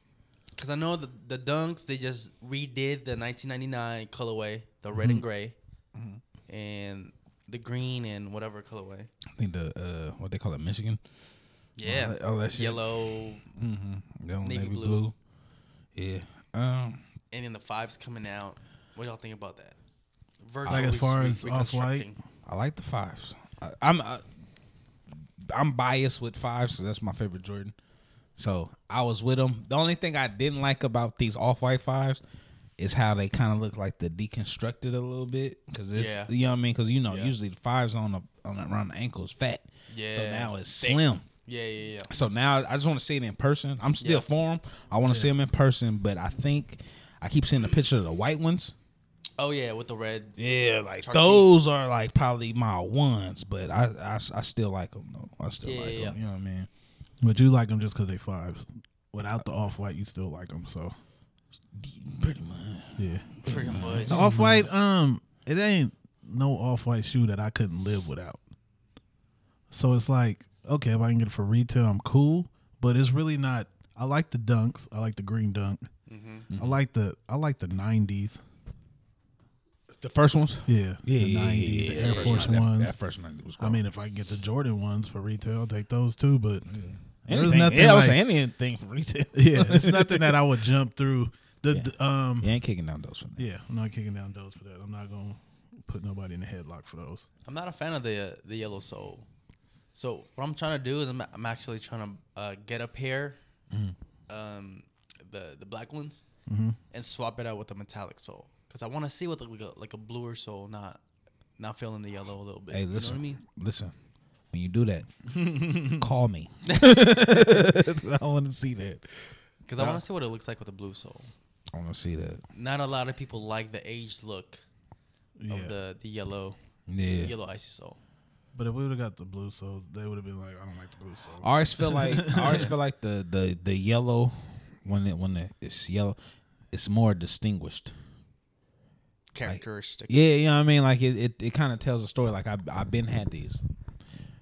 D: Cause I know the the dunks they just redid the 1999 colorway, the red
B: Mm-hmm.
D: and gray, and the green and whatever colorway.
B: I think the uh, what they call it, Michigan.
D: Yeah,
B: that- all that shit.
D: yellow,
B: That one,
D: Navy
B: navy,
D: blue.
B: blue. Yeah. Um.
D: and then the fives coming out. What y'all think about that? Virgil
C: Like as
D: re-
C: far
D: re-
C: as Off-White?
D: reconstructing.
B: I like the fives. I, I'm I, I'm biased with fives, so that's my favorite Jordan. So I was with them. The only thing I didn't like about these off white fives is how they kind of look like they deconstructed a little bit because it's
D: Yeah.
B: you know what I mean because you know
D: Yeah.
B: usually the fives on the on the, around the ankle is fat. So
D: Yeah.
B: now it's
D: Thick.
B: slim.
D: Yeah, yeah, yeah.
B: So now I just want to see it in person. I'm still
D: Yeah.
B: for them. I want to see them in person, but I think I keep seeing the picture of the white ones.
D: Oh yeah, with the red.
B: Yeah, like
D: Turkey.
B: those are like probably my ones, but I I, I still like them though. I still
D: Yeah,
B: like
D: yeah,
B: them. You know what I mean?
C: But you like them just because they fives. Without the off white, you still like them. So
B: Pretty much.
C: yeah,
D: Pretty much.
C: the off white. Um, it ain't no off white shoe that I couldn't live without. So it's like okay, if I can get it for retail, I'm cool. But it's really not. I like the dunks. I like the green dunk. I like the I like the '90s.
B: The first ones.
C: Yeah,
B: Yeah,
C: the
B: yeah, yeah, yeah,
C: '90s, the
B: yeah.
C: Air
B: First
C: Force
B: one, that-
C: ones.
B: That, first one was. Cool.
C: I mean, if I can get the Jordan ones for retail, I'll take those too. But there's
B: anything,
C: nothing.
B: yeah, I
C: like,
B: was saying anything for retail.
C: yeah, it's nothing that I would jump through. The,
B: Yeah.
C: the, um,
B: You ain't kicking down those for me.
C: yeah, I'm not kicking down those for that. I'm not gonna put nobody in the headlock for those.
D: I'm not a fan of the uh, the yellow sole. So what I'm trying to do is I'm, I'm actually trying to uh, get a pair,
B: Mm-hmm.
D: um, the the black ones, and swap it out with a metallic sole because I want to see what the, like, a, like a bluer sole, not not feeling the yellow a little bit.
B: Hey,
D: you know what
B: listen,
D: I mean?
B: listen. When you do that, call me. I want to see that.
D: Because I want to see what it looks like with a blue sole.
B: I want to see that.
D: Not a lot of people like the aged look
C: Yeah,
D: of the the yellow
B: Yeah.
D: yellow icy sole.
C: but if we would have got the blue soles, they would have been like, I don't like the blue soles.
B: I always feel like I always feel like the the the yellow when it when it, it's yellow, it's more distinguished.
D: Characteristic.
B: Yeah, you know what I mean. Like it, it, it kind of tells a story. Like I, I've been had these.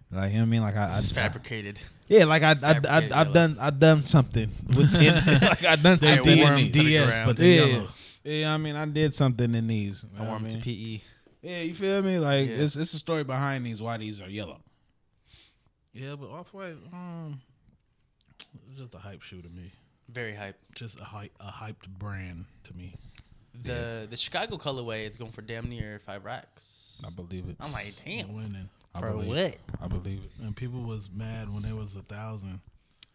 B: Like you know what I mean. Like I, I
D: It's fabricated.
B: yeah. Like I, I, I,
D: fabricated
B: I've
D: yellow.
B: done, I've done something. With it. like I done
D: I
B: something in
D: warmed
B: these.
D: to the
C: DS,
D: ground.
C: but the
B: Yeah,
C: yellow.
B: yeah. I mean, I did something in these. You
D: I
B: know what
D: want
B: I
D: them
B: mean?
D: to E. PE.
B: Yeah, you feel me? Like
D: Yeah.
B: it's, it's a story behind these. Why these are yellow?
C: Yeah, but off white, um, it's just a hype shoe to me.
D: Very hype.
C: Just a hype, a hyped brand to me.
D: The the Chicago colorway is going for damn near five racks.
B: I believe it.
D: I'm like, damn.
C: winning.
B: I
D: For
B: believe
D: what?
B: It. I believe it.
C: And people was mad when it was a thousand.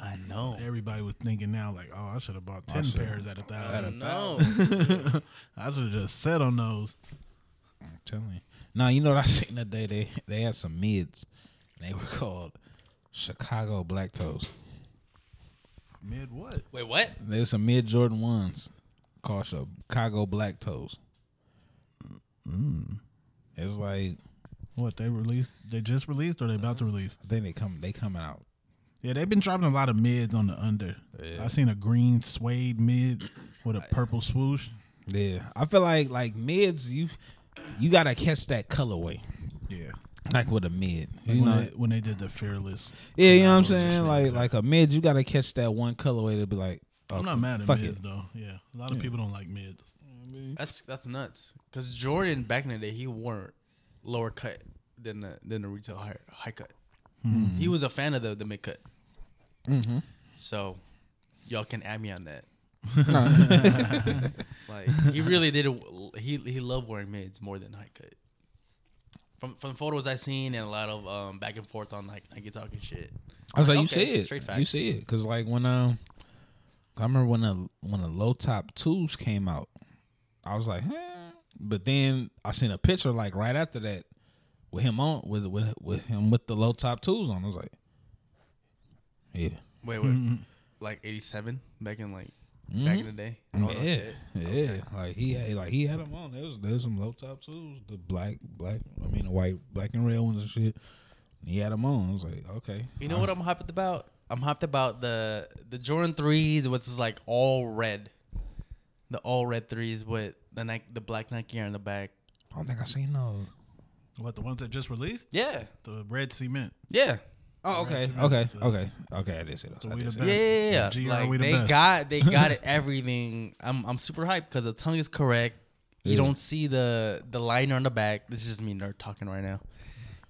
D: I know.
C: Everybody was thinking now like, oh, I should have bought ten
B: should've-
C: pairs at a
D: I
C: thousand.
D: know.
C: I should have just sat on those.
B: I'm telling you. Now you know what I seen that day. They they had some mids. And they were called Chicago Black Toes.
C: Mid what?
D: Wait, what?
B: There was some mid Jordan ones called Chicago Black Toes. Mm. It was like
C: What they released? They just released or they about to release?
B: I think they come they coming out.
C: Yeah, they've been dropping a lot of mids on the under. I seen a green suede mid with a purple swoosh.
B: Yeah, I feel like like mids you you gotta catch that colorway
C: Yeah,
B: like with a mid.
C: like
B: You
C: when,
B: know,
C: they, when they did the fearless.
B: yeah, you know what I'm
C: was just
B: saying. Like like a mid, you gotta catch that one colorway to be like.
C: I'm
B: okay,
C: not mad at
B: fuck
C: mids
B: it.
C: though. Yeah, a lot of people don't like mids.
D: That's that's nuts. Cause Jordan back in the day he wore lower cut than the than the retail high, high cut. He was a fan of the the mid cut. So y'all can add me on that. like he really did. A, he he loved wearing mids more than high cut. From from photos I seen and a lot of um back and forth on like Nike talk and shit.
B: I was like, you
D: Okay,
B: see it,
D: straight
B: you
D: facts.
B: see it, because like when um, I remember when the when the low top twos came out, I was like, huh. but then I seen a picture like right after that with him on with with with him with the low top twos on. I was like, yeah,
D: Wait, wait, like '87 back in like back in the day. All that
B: yeah,
D: Oh, shit.
B: yeah. Like he had like he had them on. There was there was some low top twos, the black black. I mean the white black and red ones and shit. He had them on. I was like, okay,
D: You know what I'm hyped about? I'm hyped about the the Jordan threes, which is like all red, the all red threes with the Nike, the black Nike on the back.
B: I don't think I seen those.
C: What the ones that just released?
D: Yeah,
C: The red cement.
D: yeah,
B: Oh, okay, okay, okay, okay. I did see those. I
C: we
B: did
C: the
B: see
C: best.
D: yeah, yeah, yeah.
C: The GR, we
D: like
C: the
D: they
C: best.
D: got they got it everything. I'm I'm super hyped because the tongue is correct. You don't see the the liner on the back. This is just me nerd talking right now.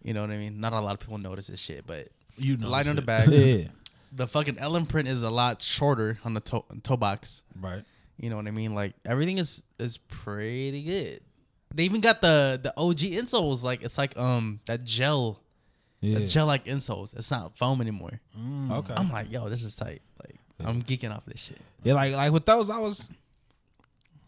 D: You know what I mean? Not a lot of people notice this shit, but
C: You know,
D: the line on the
C: shit.
D: back.
B: Yeah.
D: The fucking Ellen print is a lot shorter on the toe, toe box.
B: Right.
D: You know what I mean? Like everything is is pretty good. They even got the the OG insoles. Like it's like um that gel,
B: Yeah.
D: that gel like insoles. It's not foam anymore.
C: Mm,
B: Okay.
D: I'm like, yo, this is tight. Like I'm geeking off this shit.
B: yeah, like like with those, I was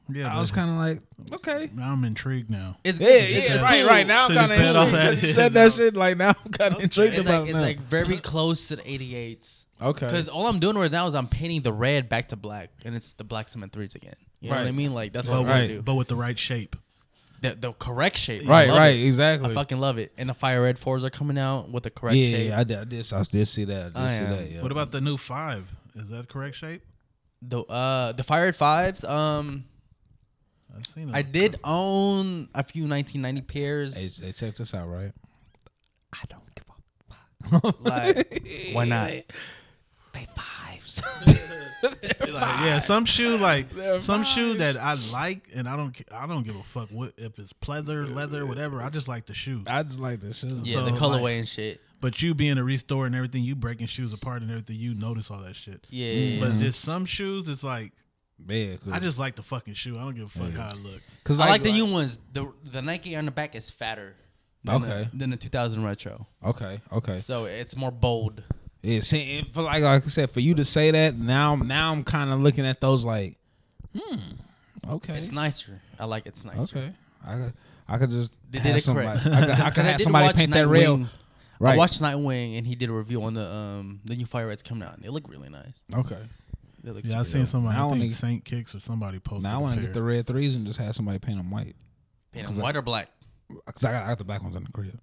C: Yeah,
B: I was
C: but
B: kind of like, okay.
C: now I'm intrigued now.
D: It's
B: Yeah, yeah,
D: it's
B: right,
D: cool.
B: right. Now
C: So you
B: I'm kind
C: said all
B: of
C: that.
B: intrigued. 'cause You said that shit. Like now I'm kind of intrigued
D: It's
B: about
D: like
B: it
D: it's
B: now.
D: like very close to the 88s.
B: Okay.
D: Because all I'm doing right now is I'm painting the red back to black, and it's the black cement threes again. You know what I
B: Right.
D: mean? Like that's
C: But,
D: what
C: with-
D: I
B: Right.
D: want to do.
C: but with the right shape.
D: The, the correct shape. I
B: right,
D: love
B: right,
D: it.
B: exactly.
D: I fucking love it. And the fire red fours are coming out with the correct
B: yeah,
D: shape.
B: yeah, I did, I did, I did see that. I did
D: I
B: see
D: am.
B: that. Oh, Yeah.
C: What about the new five? Is that correct shape?
D: The uh the fired fives. Um,
C: I've seen it.
D: I did own a few 1990 pairs.
B: Oh, Hey, hey, check this out, right?
D: I don't give a fuck. like, why not? They fives.
C: Like, yeah, some shoe like some shoe that I like, and I don't ca- I don't give a fuck what if it's pleather, leather, whatever. I just like the shoe.
B: I just like this shit.
D: yeah,
C: So,
D: the
C: like-
D: colorway and shit.
C: But you being a restore and everything, you breaking shoes apart and everything, you notice all that shit.
D: Yeah,
B: Mm,
D: yeah,
C: But just some shoes, it's like
B: Yeah, cool.
C: I just like the fucking shoe. I don't give a fuck how it look.
B: cause
D: I like the new ones. The the Nike on the back is fatter. Than
B: Okay.
D: The, than the 2000 retro,
B: Okay, okay.
D: so it's more bold.
B: Yeah, see, and for like like I said, for you to say that now, now I'm kind of looking at those like, hmm, okay,
D: It's nicer. I like it's nicer.
B: okay. I could, I could just
D: They
B: have
D: did it
B: somebody,
D: correct.
B: I could, I
D: 'Cause
B: could have
D: did
B: somebody
D: watch
B: paint that rail.
D: Nightwing.
B: Right.
D: I watched Nightwing and he did a review on the um the new Fire Reds coming out. and They look really nice.
B: Okay.
D: They look
C: Yeah, I
D: super
C: seen somebody.
B: Now I
C: I think
B: wanna-
C: Saint Kicks or somebody posted.
B: Now I
C: want to
B: get the red threes and just have somebody paint them white.
D: Paint 'em white or black. Oh,
B: Cause I got, I got the black ones in the crib.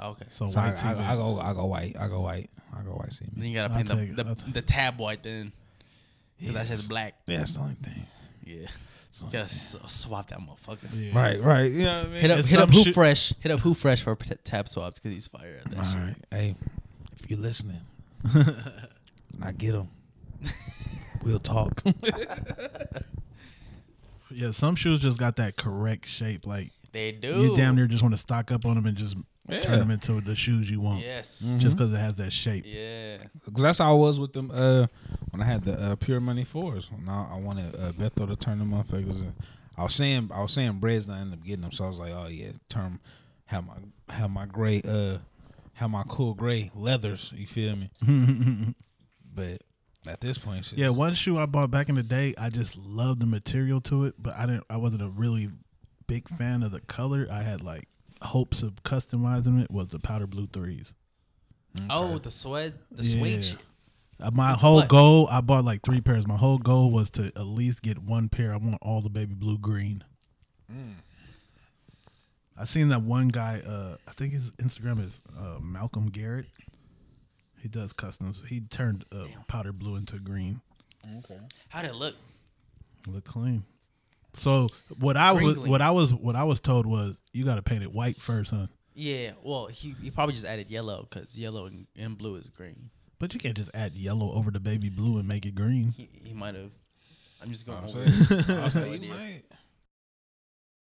D: Okay.
C: So,
B: So I,
C: white
B: I,
C: tee
B: I go, I go white, I go white, I go white. See
D: Then
B: me.
D: you gotta
C: I'll
D: paint
C: take it,
D: the,
C: I'll
D: the,
C: take
D: the tab white then. Cause that shit's black.
B: Yeah, that's the only thing.
D: Yeah. You gotta s- swap that motherfucker.
C: Yeah.
B: Right, right. You know what I mean.
D: Hit up,
C: It's
D: hit up
C: some
D: Who
C: shit-
D: Fresh. Hit up Who Fresh for p- tab swaps because he's fire at that
B: All
D: shit.
B: right, hey, if you're listening, I get them. We'll talk.
C: Yeah, some shoes just got that correct shape. Like
D: They do.
C: you damn near just want to stock up on them and just
B: Yeah. Mm-hmm.
C: turn them into the shoes you want.
D: Yes.
C: Just because it has that shape.
D: Yeah.
B: Cause that's how I was with them. Uh, when I had the uh, pure money fours, when I, I wanted uh, Bethel to turn them motherfuckers, and I was saying I was saying bread's not end up getting them, so I was like, oh yeah, term have my have my gray uh have my cool gray leathers. You feel me? but at this point, shit,
C: Yeah, one shoe I bought back in the day, I just loved the material to it, but I didn't. I wasn't a really big fan of the color. I had like hopes of customizing it. Was the powder blue threes?
D: Oh, the sweat, the
C: Yeah.
D: suede shit.
C: Uh, My whole
D: what?
C: goal, I bought like three pairs. My whole goal was to at least get one pair. I want all the baby blue green. I seen that one guy. Uh, I think his Instagram is uh, Malcolm Garrett. He does customs. He turned uh, powder blue into green.
D: How'd it look?
C: Look clean. So what I was,
D: Crinkly.
C: what I was, what I was told was you got to paint it white first, huh?
D: Yeah, well, he, he probably just added yellow because yellow and, and blue is green.
C: But you can't just add yellow over the baby blue and make it green.
D: He, he might have. I'm just going
B: I'm
D: over.
B: saying-
D: it. I have no
B: you
D: idea.
B: might.